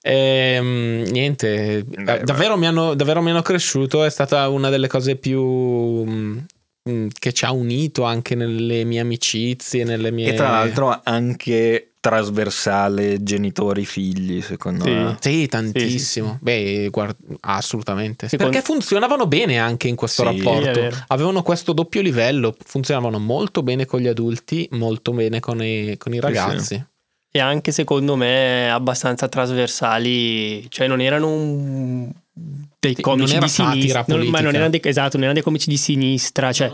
S4: Ehm, niente, eh,
S2: Beh,
S4: davvero, mi hanno, davvero mi hanno cresciuto, è stata una delle cose più mm, mm, che ci ha unito anche nelle mie amicizie, nelle mie...
S2: E tra l'altro anche trasversale genitori-figli, secondo
S1: Sì.
S2: me.
S4: Sì, tantissimo. Beh, guard- assolutamente.
S1: Secondo-
S4: Perché funzionavano bene anche in questo
S2: Sì,
S1: è
S4: rapporto.
S1: vero.
S4: Avevano questo doppio livello, funzionavano molto bene con gli adulti, molto bene con i, con i ragazzi.
S1: e anche secondo me abbastanza trasversali, cioè non erano un- dei
S4: Sì,
S1: comici
S4: non era
S1: di sinistra,
S4: satira
S1: non- ma non
S4: politica.
S1: erano dei, esatto, non erano dei comici di sinistra, cioè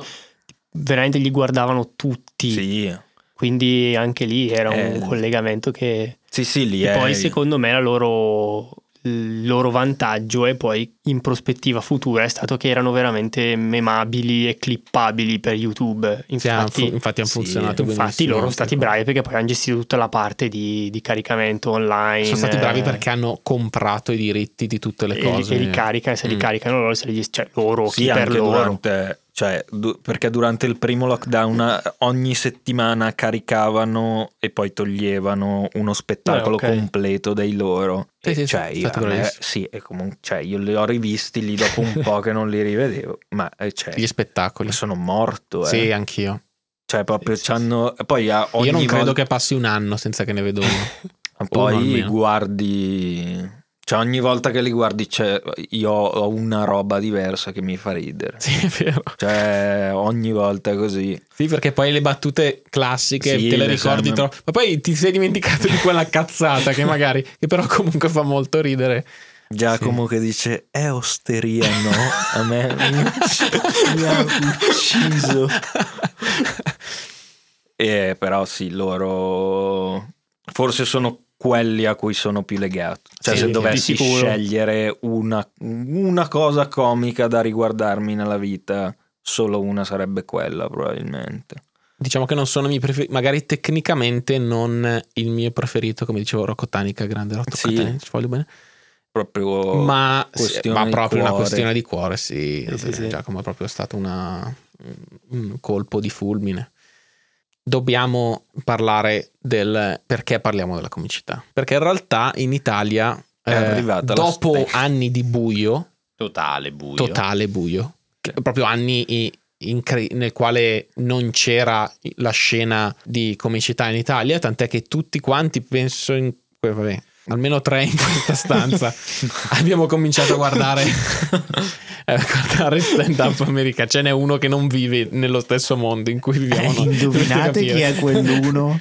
S1: veramente li guardavano tutti,
S2: Sì,
S1: quindi anche lì era
S2: Eh.
S1: un collegamento che
S2: sì, sì, lì
S1: che
S2: è...
S1: poi secondo me la loro il loro vantaggio e poi in prospettiva futura è stato che erano veramente memabili e clippabili per YouTube.
S4: Sì, hanno
S1: Infatti,
S4: fu- infatti hanno
S2: sì,
S4: funzionato
S1: Infatti
S4: benissimo
S1: loro sono
S4: anche
S1: stati
S4: qua.
S1: bravi perché poi hanno gestito tutta la parte di, di caricamento online.
S4: Sono stati bravi
S1: eh,
S4: perché hanno comprato i diritti di tutte
S1: e,
S4: le
S1: li-
S4: cose.
S1: e li carica, e se li
S4: Mm.
S1: caricano loro, se li gest- cioè loro,
S2: Sì,
S1: chi per
S2: anche
S1: loro.
S2: durante- cioè, du- perché durante il primo lockdown eh, ogni settimana caricavano e poi toglievano uno spettacolo
S1: Eh, ok.
S2: completo dei loro.
S4: Sì,
S2: E
S4: sì,
S2: cioè,
S4: sì,
S2: io,
S4: infatti
S2: a me-
S4: bravissimo.
S2: sì, e comunque, cioè, io li ho rivisti lì dopo
S4: *laughs*
S2: un po' che non li rivedevo, ma eh, cioè,
S4: Gli spettacoli.
S2: sono morto. eh.
S4: Sì, anch'io.
S2: Cioè, proprio
S3: Sì, sì,
S2: c'hanno... Poi a ogni
S4: Io non credo
S2: volta-
S4: che passi un anno senza che ne vedo uno. uno
S2: Poi
S4: almeno.
S2: guardi... Cioè, ogni volta che li guardi, c'è- io ho una roba diversa che mi fa ridere.
S4: sì, è vero.
S2: Cioè, ogni volta è così.
S4: Sì, perché poi le battute classiche
S2: Sì,
S4: te le
S2: le
S4: ricordi
S2: sanno.
S4: troppo. Ma poi ti sei dimenticato di quella cazzata che magari, che però comunque fa molto ridere.
S2: Giacomo che dice è osteria no a me
S4: *laughs*
S2: *laughs* mi, mi ha ucciso Eh, però sì loro forse sono quelli a cui sono più legato cioè
S4: Sì,
S2: se
S4: di
S2: dovessi
S1: sicuro.
S2: scegliere una, una cosa comica da riguardarmi nella vita solo una sarebbe quella probabilmente
S4: Diciamo che non sono i miei preferiti, magari tecnicamente non il mio preferito, come dicevo, Rocco Tanica, grande Rocco
S2: Sì.
S4: Tanica, ci voglio bene.
S2: proprio
S4: ma, sì,
S2: questione
S4: ma
S2: di
S4: proprio una
S2: cuore.
S4: questione di cuore, sì.
S1: Sì, sì, sì.
S4: Giacomo è proprio stato una- un colpo di fulmine. Dobbiamo parlare del perché parliamo della comicità. Perché in realtà in Italia, eh,
S2: È arrivata la
S4: dopo
S2: stessa.
S4: anni di buio,
S3: Totale buio.
S4: totale buio, che- proprio anni i- incre- nel quale non c'era la scena di comicità in Italia, tant'è che tutti quanti, penso, in, eh, vabbè, almeno tre in questa stanza, abbiamo cominciato a guardare, *laughs* a guardare stand up America. Ce n'è uno che non vive nello stesso mondo in cui viviamo.
S3: Eh,
S4: noi.
S3: indovinate
S4: Dovete
S3: chi
S4: capire.
S3: è quell'uno?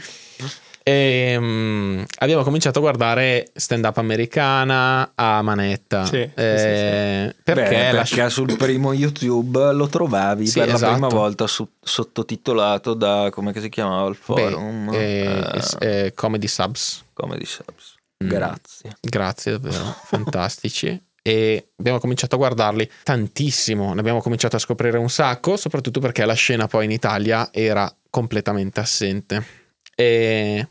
S4: E, mm, abbiamo cominciato a guardare stand up americana a manetta.
S1: Sì, sì,
S4: Eh,
S2: Beh,
S4: Perché,
S2: Perché,
S4: la-
S2: sul primo YouTube lo trovavi
S4: Sì,
S2: per la prima
S4: esatto.
S2: volta su- sottotitolato da come che si chiamava il
S4: Beh,
S2: forum?
S4: eh,
S2: Eh,
S4: es- eh, comedy subs,
S2: come di subs.
S4: Mm.
S2: Grazie.
S4: grazie
S3: *laughs*
S4: davvero, fantastici. E abbiamo cominciato a guardarli tantissimo, ne abbiamo cominciato a scoprire un sacco, soprattutto perché la scena poi in Italia era completamente assente. E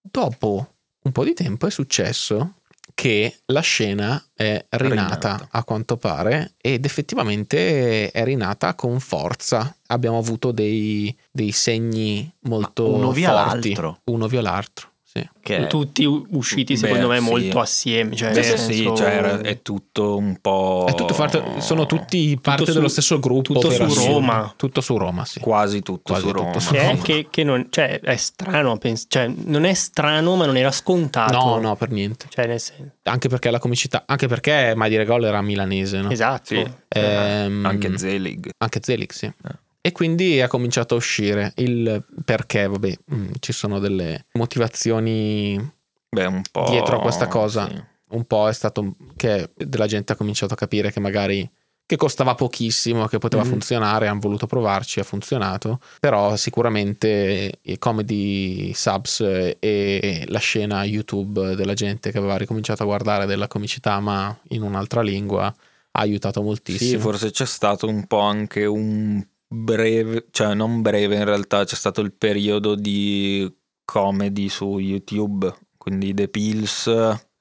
S4: dopo un po' di tempo è successo che la scena è rinata,
S2: Rinata.
S4: a quanto pare ed effettivamente è rinata con forza. Abbiamo avuto dei, dei segni molto
S3: uno via
S4: forti,
S3: l'altro.
S4: uno via l'altro. Sì.
S3: Che
S1: *laughs* Tutti u- usciti secondo
S2: Beh,
S1: me
S2: sì.
S1: molto assieme. Cioè,
S2: Beh,
S1: nel
S2: sì,
S1: senso-
S2: cioè, era- è tutto un po'.
S4: È tutto fatto- sono tutti parte
S1: su-
S4: dello stesso gruppo.
S1: tutto
S4: per
S1: su
S4: assurdo.
S1: Roma.
S4: Tutto su Roma, sì.
S2: Quasi tutto
S4: Quasi
S2: su
S4: tutto
S2: Roma.
S4: su
S1: Che,
S4: Roma.
S1: Eh, che- che non, cioè, è strano, pens- cioè, non è strano, ma non era scontato.
S4: No, no, per niente.
S1: Cioè, nel senso,
S4: Anche perché la comicità, anche perché Mai dire gol era milanese, no?
S1: esatto.
S2: Sì. Eh,
S4: Ehm,
S2: Anche Zelig.
S4: Anche Zelig, sì. E quindi ha cominciato a uscire il perché, vabbè, mm, ci sono delle motivazioni
S2: Beh, un po'.
S4: dietro a questa cosa.
S2: sì.
S4: un po' è stato che della gente ha cominciato a capire che magari che costava pochissimo, che poteva
S2: Mm-hmm.
S1: Mhm.
S4: funzionare, hanno voluto provarci, ha funzionato, però sicuramente eh, i comedy subs eh, e la scena YouTube della gente che aveva ricominciato a guardare della comicità ma in un'altra lingua ha aiutato moltissimo.
S2: Sì, forse c'è stato un po' anche un breve, cioè non breve in realtà, c'è stato il periodo di comedy su YouTube, quindi The Pills,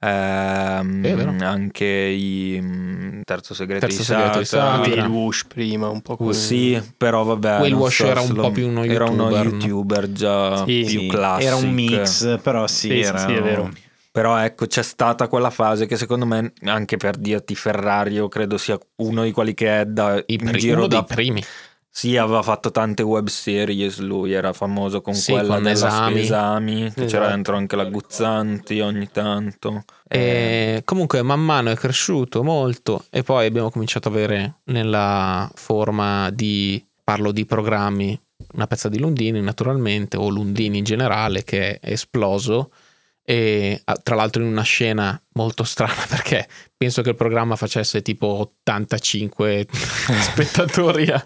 S2: ehm,
S4: È vero.
S2: anche i mm, Terzo Segreto
S4: Terzo
S2: di
S4: Segreto
S2: Satra.
S4: di Satra.
S1: Anche
S4: Satra.
S1: il Whoosh prima, un po' così.
S2: Oh, Uh, Sì, però vabbè.
S4: Whale
S2: non
S4: Eh, Wash
S2: so
S4: era
S2: se
S4: un
S2: lo-
S4: po' più uno
S2: Era uno
S4: YouTuber, no?
S2: YouTuber già
S1: Sì,
S2: più
S1: sì,
S2: classico.
S3: Era un mix, però sì,
S1: Sì, sì,
S3: era
S1: sì, è vero.
S2: Però ecco, c'è stata quella fase che secondo me, anche per dirti Ferrario, credo sia uno di quelli che è da,
S4: I
S2: in
S4: pri-
S2: giro
S4: uno
S2: da...
S4: dei primi.
S2: Sì, aveva fatto tante web series, lui era famoso con
S4: Sì,
S2: quella
S4: con
S2: della
S4: Esami.
S2: Esami, che c'era
S1: Esatto.
S2: dentro anche la Guzzanti ogni tanto.
S4: Eh,
S2: Eh,
S4: E comunque man mano è cresciuto molto e poi abbiamo cominciato ad avere nella forma di, parlo di programmi, una pezza di Lundini naturalmente o Lundini in generale che è esploso e ah, tra l'altro in una scena molto strana *laughs* perché penso che il programma facesse tipo
S2: *laughs*
S4: 85 spettatori a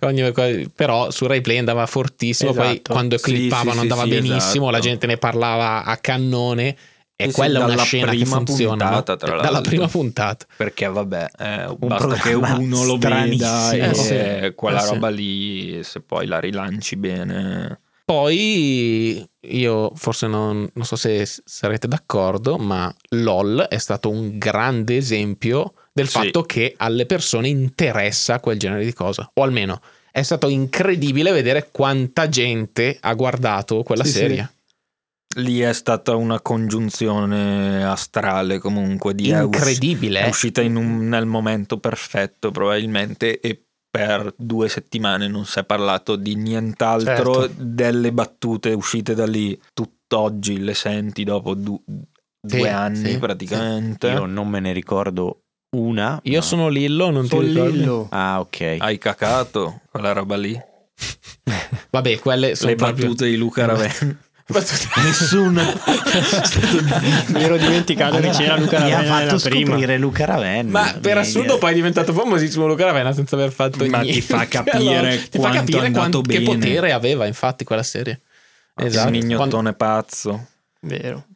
S4: ogni cosa, però su RaiPlay andava fortissimo poi
S1: Esatto.
S4: quando
S2: Sì,
S4: clippavano
S2: sì, sì,
S4: andava
S2: sì,
S4: benissimo la
S2: esatto.
S4: gente ne parlava a cannone e
S2: Sì, sì,
S4: quella è una
S2: dalla
S4: scena che
S2: prima
S4: funziona
S2: puntata,
S4: no? Cioè,
S2: tra
S4: dalla
S2: l'altro.
S4: prima puntata.
S2: Perché vabbè, eh,
S3: Un
S2: basta che
S3: programma
S2: uno lo veda e
S3: stranissimo.
S4: Eh, sì.
S2: eh, quella
S4: Eh, sì.
S2: roba lì, se poi la rilanci bene...
S4: Poi io forse non, non so se s- sarete d'accordo, ma LOL è stato un grande esempio del
S2: Sì.
S4: fatto che alle persone interessa quel genere di cosa, o almeno è stato incredibile vedere quanta gente ha guardato quella
S1: Sì, sì.
S4: serie.
S2: Lì è stata una congiunzione astrale comunque di Eus.
S4: Incredibile.
S2: È
S4: eh.
S2: uscita in un- nel momento perfetto probabilmente e per due settimane non si è parlato di nient'altro
S1: Certo.
S2: delle battute uscite da lì. Tutt'oggi le senti dopo du- due anni
S4: sì,
S2: praticamente.
S3: Io non me ne ricordo una.
S4: Io
S3: ma-
S4: sono Lillo, non ti ricordi?
S1: Sollillo.
S3: Ah, ok.
S2: Hai cacato quella roba lì?
S4: Vabbè, quelle sono
S2: le
S4: proprio-
S2: battute di
S4: *laughs*
S2: Luca Ravenna.
S3: Nessuno.
S1: *laughs* Mi ero dimenticato che c'era Luca
S3: Mi ha
S1: Ravenna
S3: fatto
S1: nella prima.
S3: scoprire Luca Ravenna.
S4: Ma per
S3: Mi-
S4: assurdo poi è diventato famosissimo Luca Ravenna senza aver fatto
S2: Ma ti
S4: niente. *laughs* Cioè,
S2: fa capire
S4: ti fa
S2: quanto è
S4: capire
S2: andato
S4: quant- che
S2: bene.
S4: potere aveva infatti quella serie.
S2: Esatto.
S4: Esatto.
S2: Mignottone
S4: Quando- *clears throat*
S2: pazzo.
S1: Vero.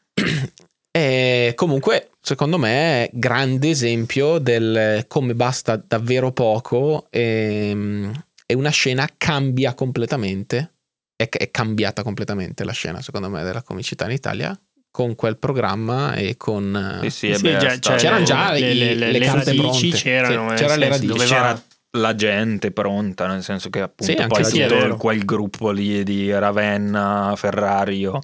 S4: E Eh, comunque, secondo me, grande esempio del come basta davvero poco ehm, e, una scena cambia completamente. È, è cambiata completamente la scena, secondo me, della comicità in Italia con quel programma e con...
S2: Sì, sì, eh
S1: Sì,
S2: beh, è
S1: già- cioè,
S2: stato-
S4: c'erano Ah. già
S1: le-
S4: i-
S1: le- le- le
S4: carte
S1: radici
S4: pronte.
S1: c'erano, eh,
S4: Sì,
S1: nel
S4: c'era le
S1: senso,
S4: radici.
S1: doveva-
S2: c'era la gente pronta, nel senso che appunto
S4: Sì, anche
S2: poi
S4: sì,
S1: è
S2: tutto
S1: vero.
S2: quel gruppo lì di Ravenna, Ferrario,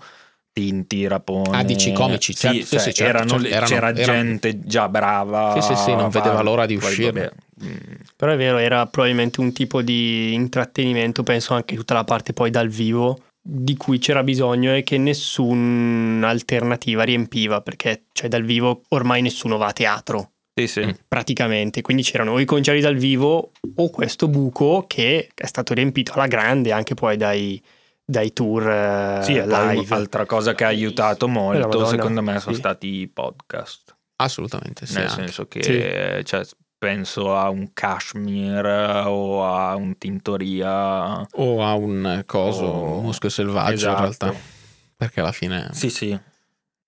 S2: Tinti, Rapone.
S4: Ah, dici i comici,
S2: Sì,
S4: certo, sì,
S2: cioè,
S4: sì, certo,
S2: erano
S4: certo,
S2: lì-
S4: erano-
S2: c'era
S4: erano-
S2: gente già brava.
S4: Sì, sì, sì, non
S2: a
S4: vedeva
S2: fare
S4: l'ora di
S2: quel-
S4: uscirne.
S2: vabbè, mm,
S1: Però è vero, era probabilmente un tipo di intrattenimento, penso anche tutta la parte poi dal vivo, di cui c'era bisogno e che nessun'alternativa riempiva, perché cioè dal vivo ormai nessuno va a teatro,
S2: Sì, sì.
S1: Mm. praticamente, quindi c'erano o i concerti dal vivo o questo buco che è stato riempito alla grande anche poi dai, dai tour eh,
S2: Sì, e poi
S1: live.
S2: altra cosa che ha aiutato
S1: Eh, la
S2: molto,
S1: Madonna,
S2: secondo me, sono
S1: sì.
S2: stati i podcast.
S4: Assolutamente sì.
S2: nel
S4: anche.
S2: senso che
S1: Sì.
S2: eh, cioè, penso a un Kashmir eh, o a un Tintoria.
S4: o a un coso
S2: O-
S4: un muschio selvaggio in
S2: Esatto.
S4: realtà perché alla fine
S2: Sì, sì.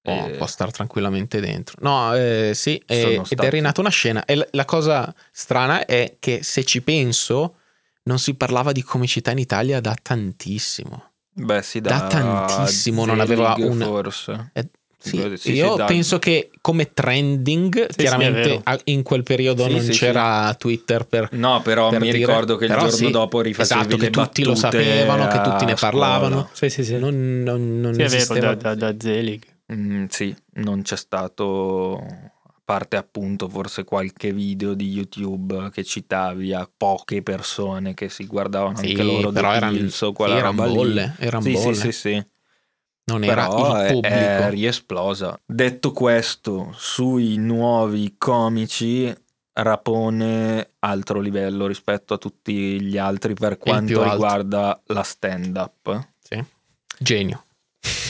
S4: può,
S2: Eh,
S4: può stare tranquillamente dentro no eh, sì eh,
S2: Sono
S4: ed
S2: stati-
S4: è rinata una scena e la, la cosa strana è che se ci penso non si parlava di comicità in Italia da tantissimo
S2: Beh, sì, da,
S4: Da tantissimo non aveva
S2: Zelig,
S4: una-
S2: Forse.
S4: Eh, sì,
S2: Beh, sì,
S4: io
S2: sì, da-
S4: penso che come
S1: sì,
S4: trending
S1: è
S4: chiaramente
S1: vero.
S4: a- in quel periodo
S2: Sì,
S4: non
S2: sì, sì.
S4: c'era Twitter per
S2: No, però
S4: per
S2: mi
S4: dire-
S2: ricordo che il
S4: però
S2: giorno
S4: sì,
S2: dopo rifacevi
S4: esatto,
S2: le
S4: che tutti lo
S2: battute
S4: sapevano, che tutti ne
S2: a scuola.
S4: parlavano.
S1: Sì, sì, sì.
S4: non, non, non
S1: Sì, è vero,
S4: esisteva
S1: da, da, da Zelig.
S2: Mm, sì, non c'è stato, a parte appunto forse qualche video di YouTube che citavi a poche persone che si guardavano
S4: Sì,
S2: anche loro
S4: però
S2: The
S4: erano,
S2: Pills o
S4: sì,
S2: quella
S4: erano
S2: roba lì.
S4: bolle, erano
S2: Sì, sì,
S4: bolle.
S2: sì, sì.
S4: non
S2: Però eh,
S4: era
S2: è-
S4: il pubblico.
S2: è riesplosa. Detto questo, sui nuovi comici Rapone altro livello rispetto a tutti gli altri per
S4: più
S2: quanto
S4: alto.
S2: riguarda la stand up.
S4: Genio.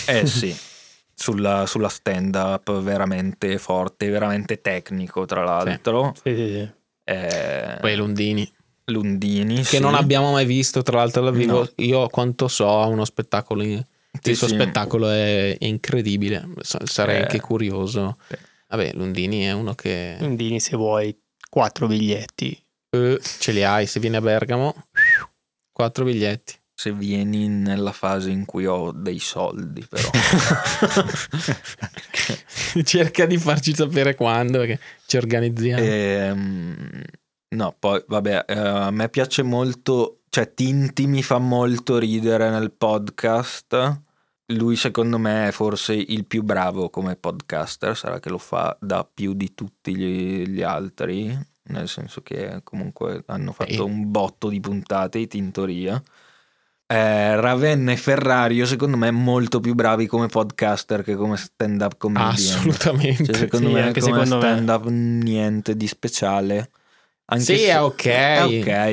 S2: Eh sì. sulla, sulla stand up veramente forte, veramente tecnico tra l'altro.
S1: Sì, sì, sì.
S2: Eh,
S4: *laughs* Poi Lundini,
S2: Lundini.
S4: che non abbiamo mai visto, tra l'altro dal vivo.
S2: No.
S4: Io, a quanto so, ha uno spettacolo. in- il suo
S2: spettacolo
S4: spettacolo è incredibile. S- Sarei
S2: Eh.
S4: anche curioso.
S2: Sì.
S4: Vabbè, Lundini è uno che
S1: Quindi se vuoi quattro biglietti.
S4: Eh, ce li hai. Se viene a Bergamo, quattro
S2: *laughs*
S4: biglietti.
S2: Se vieni nella fase in cui ho dei soldi,
S4: *laughs*
S2: però.
S4: Cerca di farci sapere quando, perché ci organizziamo.
S2: Eh, Ehm, no, poi vabbè, eh, a me piace molto, cioè Tinti mi fa molto ridere nel podcast. Lui secondo me è forse il più bravo come podcaster, sarà che lo fa da più di tutti gli, gli altri, nel senso che comunque hanno
S4: Sì.
S2: fatto un botto di puntate i Tintoria. Eh, Ravenna e Ferrario secondo me molto più bravi come podcaster che come stand-up comedian.
S4: Assolutamente. eh.
S2: Cioè, secondo
S1: Sì,
S2: me,
S1: anche
S2: come
S1: secondo me.
S2: stand up, niente di speciale. Anche
S4: Sì,
S2: se-
S4: è ok.
S2: è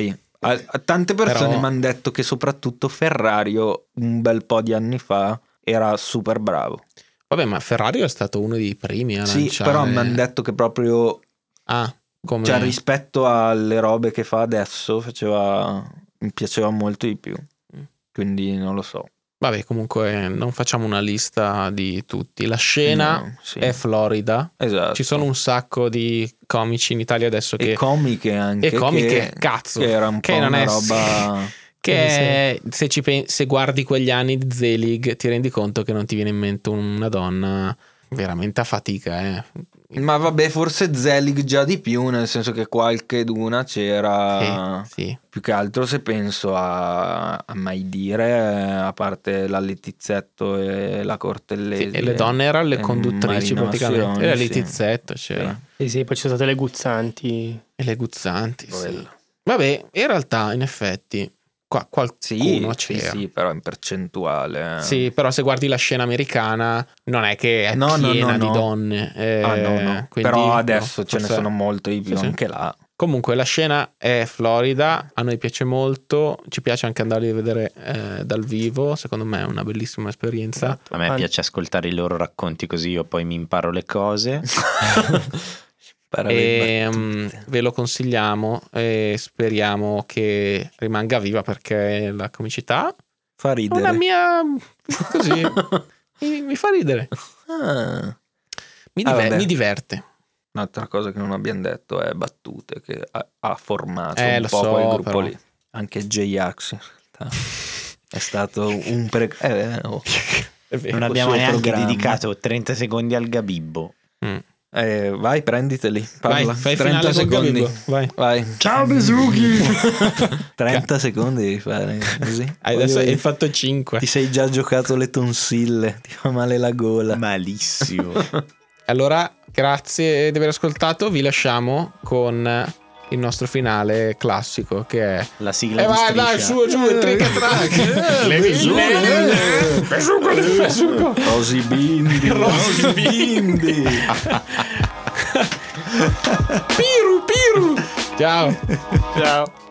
S2: ok. A- a Tante persone
S4: Però-
S2: mi hanno detto che soprattutto Ferrario un bel po' di anni fa era super bravo.
S4: Vabbè, ma Ferrario è stato uno dei primi a
S2: Sì,
S4: lanciare.
S2: però mi hanno detto che proprio
S4: Ah, come...
S2: cioè, rispetto alle robe che fa adesso faceva, mi piaceva molto di più. Quindi non lo so.
S4: Vabbè, comunque non facciamo una lista di tutti. La scena
S2: No, sì.
S4: è Florida.
S2: Esatto.
S4: Ci sono un sacco di comici in Italia adesso
S2: e
S4: che...
S2: comiche anche.
S4: E comiche,
S2: che,
S4: cazzo.
S2: che era un
S4: che
S2: po'
S4: non
S2: una
S4: è-
S2: roba.
S4: *laughs* Che se, ci pen- se guardi quegli anni di Zelig ti rendi conto che non ti viene in mente una donna veramente a fatica, eh.
S2: Ma vabbè, forse Zelig già di più, nel senso che qualche d'una c'era.
S4: Sì, sì.
S2: Più che altro se penso a, a Mai Dire, a parte la Letizzetto e la Cortellesi.
S4: Sì, e le donne erano le
S2: e
S4: conduttrici
S2: Marina
S4: praticamente.
S2: Massioni,
S4: Era
S2: sì.
S4: Litizzetto, c'era.
S2: Sì.
S1: Sì, sì, poi ci sono state le guzzanti.
S4: E le guzzanti. sì.
S2: Quello.
S4: Vabbè, in realtà, in effetti, qua
S2: Sì,
S4: qualcuno
S2: sì,
S4: c'era. Sì,
S2: sì, però in percentuale. eh.
S4: però se guardi la scena americana non è che è
S2: No, no,
S4: piena
S2: no,
S4: di
S2: no.
S4: donne. eh,
S2: Ah, no, no.
S4: quindi,
S2: però
S4: no,
S2: adesso ce ne
S4: forse-
S2: sono molte di più
S4: Sì, sì.
S2: anche
S4: *laughs*
S2: là.
S4: Comunque la scena è Florida, a noi piace molto, ci piace anche andarli a vedere eh, dal vivo, secondo me è una bellissima esperienza.
S3: A me
S1: An-
S3: piace ascoltare i loro racconti così io poi mi imparo le *laughs* cose.
S2: Per
S4: E,
S2: aver
S4: mm,
S2: battute.
S4: ve lo consigliamo e speriamo che rimanga viva perché la comicità
S2: Fa
S4: è una
S2: ridere.
S4: mia... così, *laughs* mi, mi fa ridere,
S2: Ah.
S4: mi,
S2: Ah,
S4: diver-
S2: vabbè.
S4: mi diverte.
S2: Un'altra cosa che non abbiamo detto è battute che ha, ha formato
S4: Eh,
S2: un
S4: lo
S2: po'
S4: so,
S2: quel gruppo
S4: però.
S2: lì. Anche J-Ax in realtà è stato un pre... eh,
S4: *laughs*
S2: oh.
S4: È vero.
S2: Col
S3: Non abbiamo
S2: suo
S3: neanche
S2: programma.
S3: dedicato 30 secondi al Gabibbo.
S4: Mm.
S2: Eh, vai, prenditeli, parla.
S4: Vai, fai
S2: 30
S4: finale con
S2: secondi.
S4: Gabibbo, vai.
S2: Vai. Ciao *laughs* Besuki! 30 secondi devi fare così.
S4: Adesso
S2: Voglio
S4: hai
S2: vedere.
S4: fatto 5.
S2: Ti sei già giocato le tonsille, ti fa male la gola.
S3: Malissimo.
S4: Allora, grazie di aver ascoltato. Vi lasciamo con il nostro finale classico che è.
S3: La sigla
S4: E
S3: di
S4: vai,
S3: striscia.
S4: Eh, dai, su, giù, il trick
S1: *laughs*
S4: and track. Le né?
S2: Besugo,
S4: Besugo. *laughs*
S2: Rosibindi, *laughs* Rosibindi.
S4: Piru, piru. Ciao.
S1: Ciao.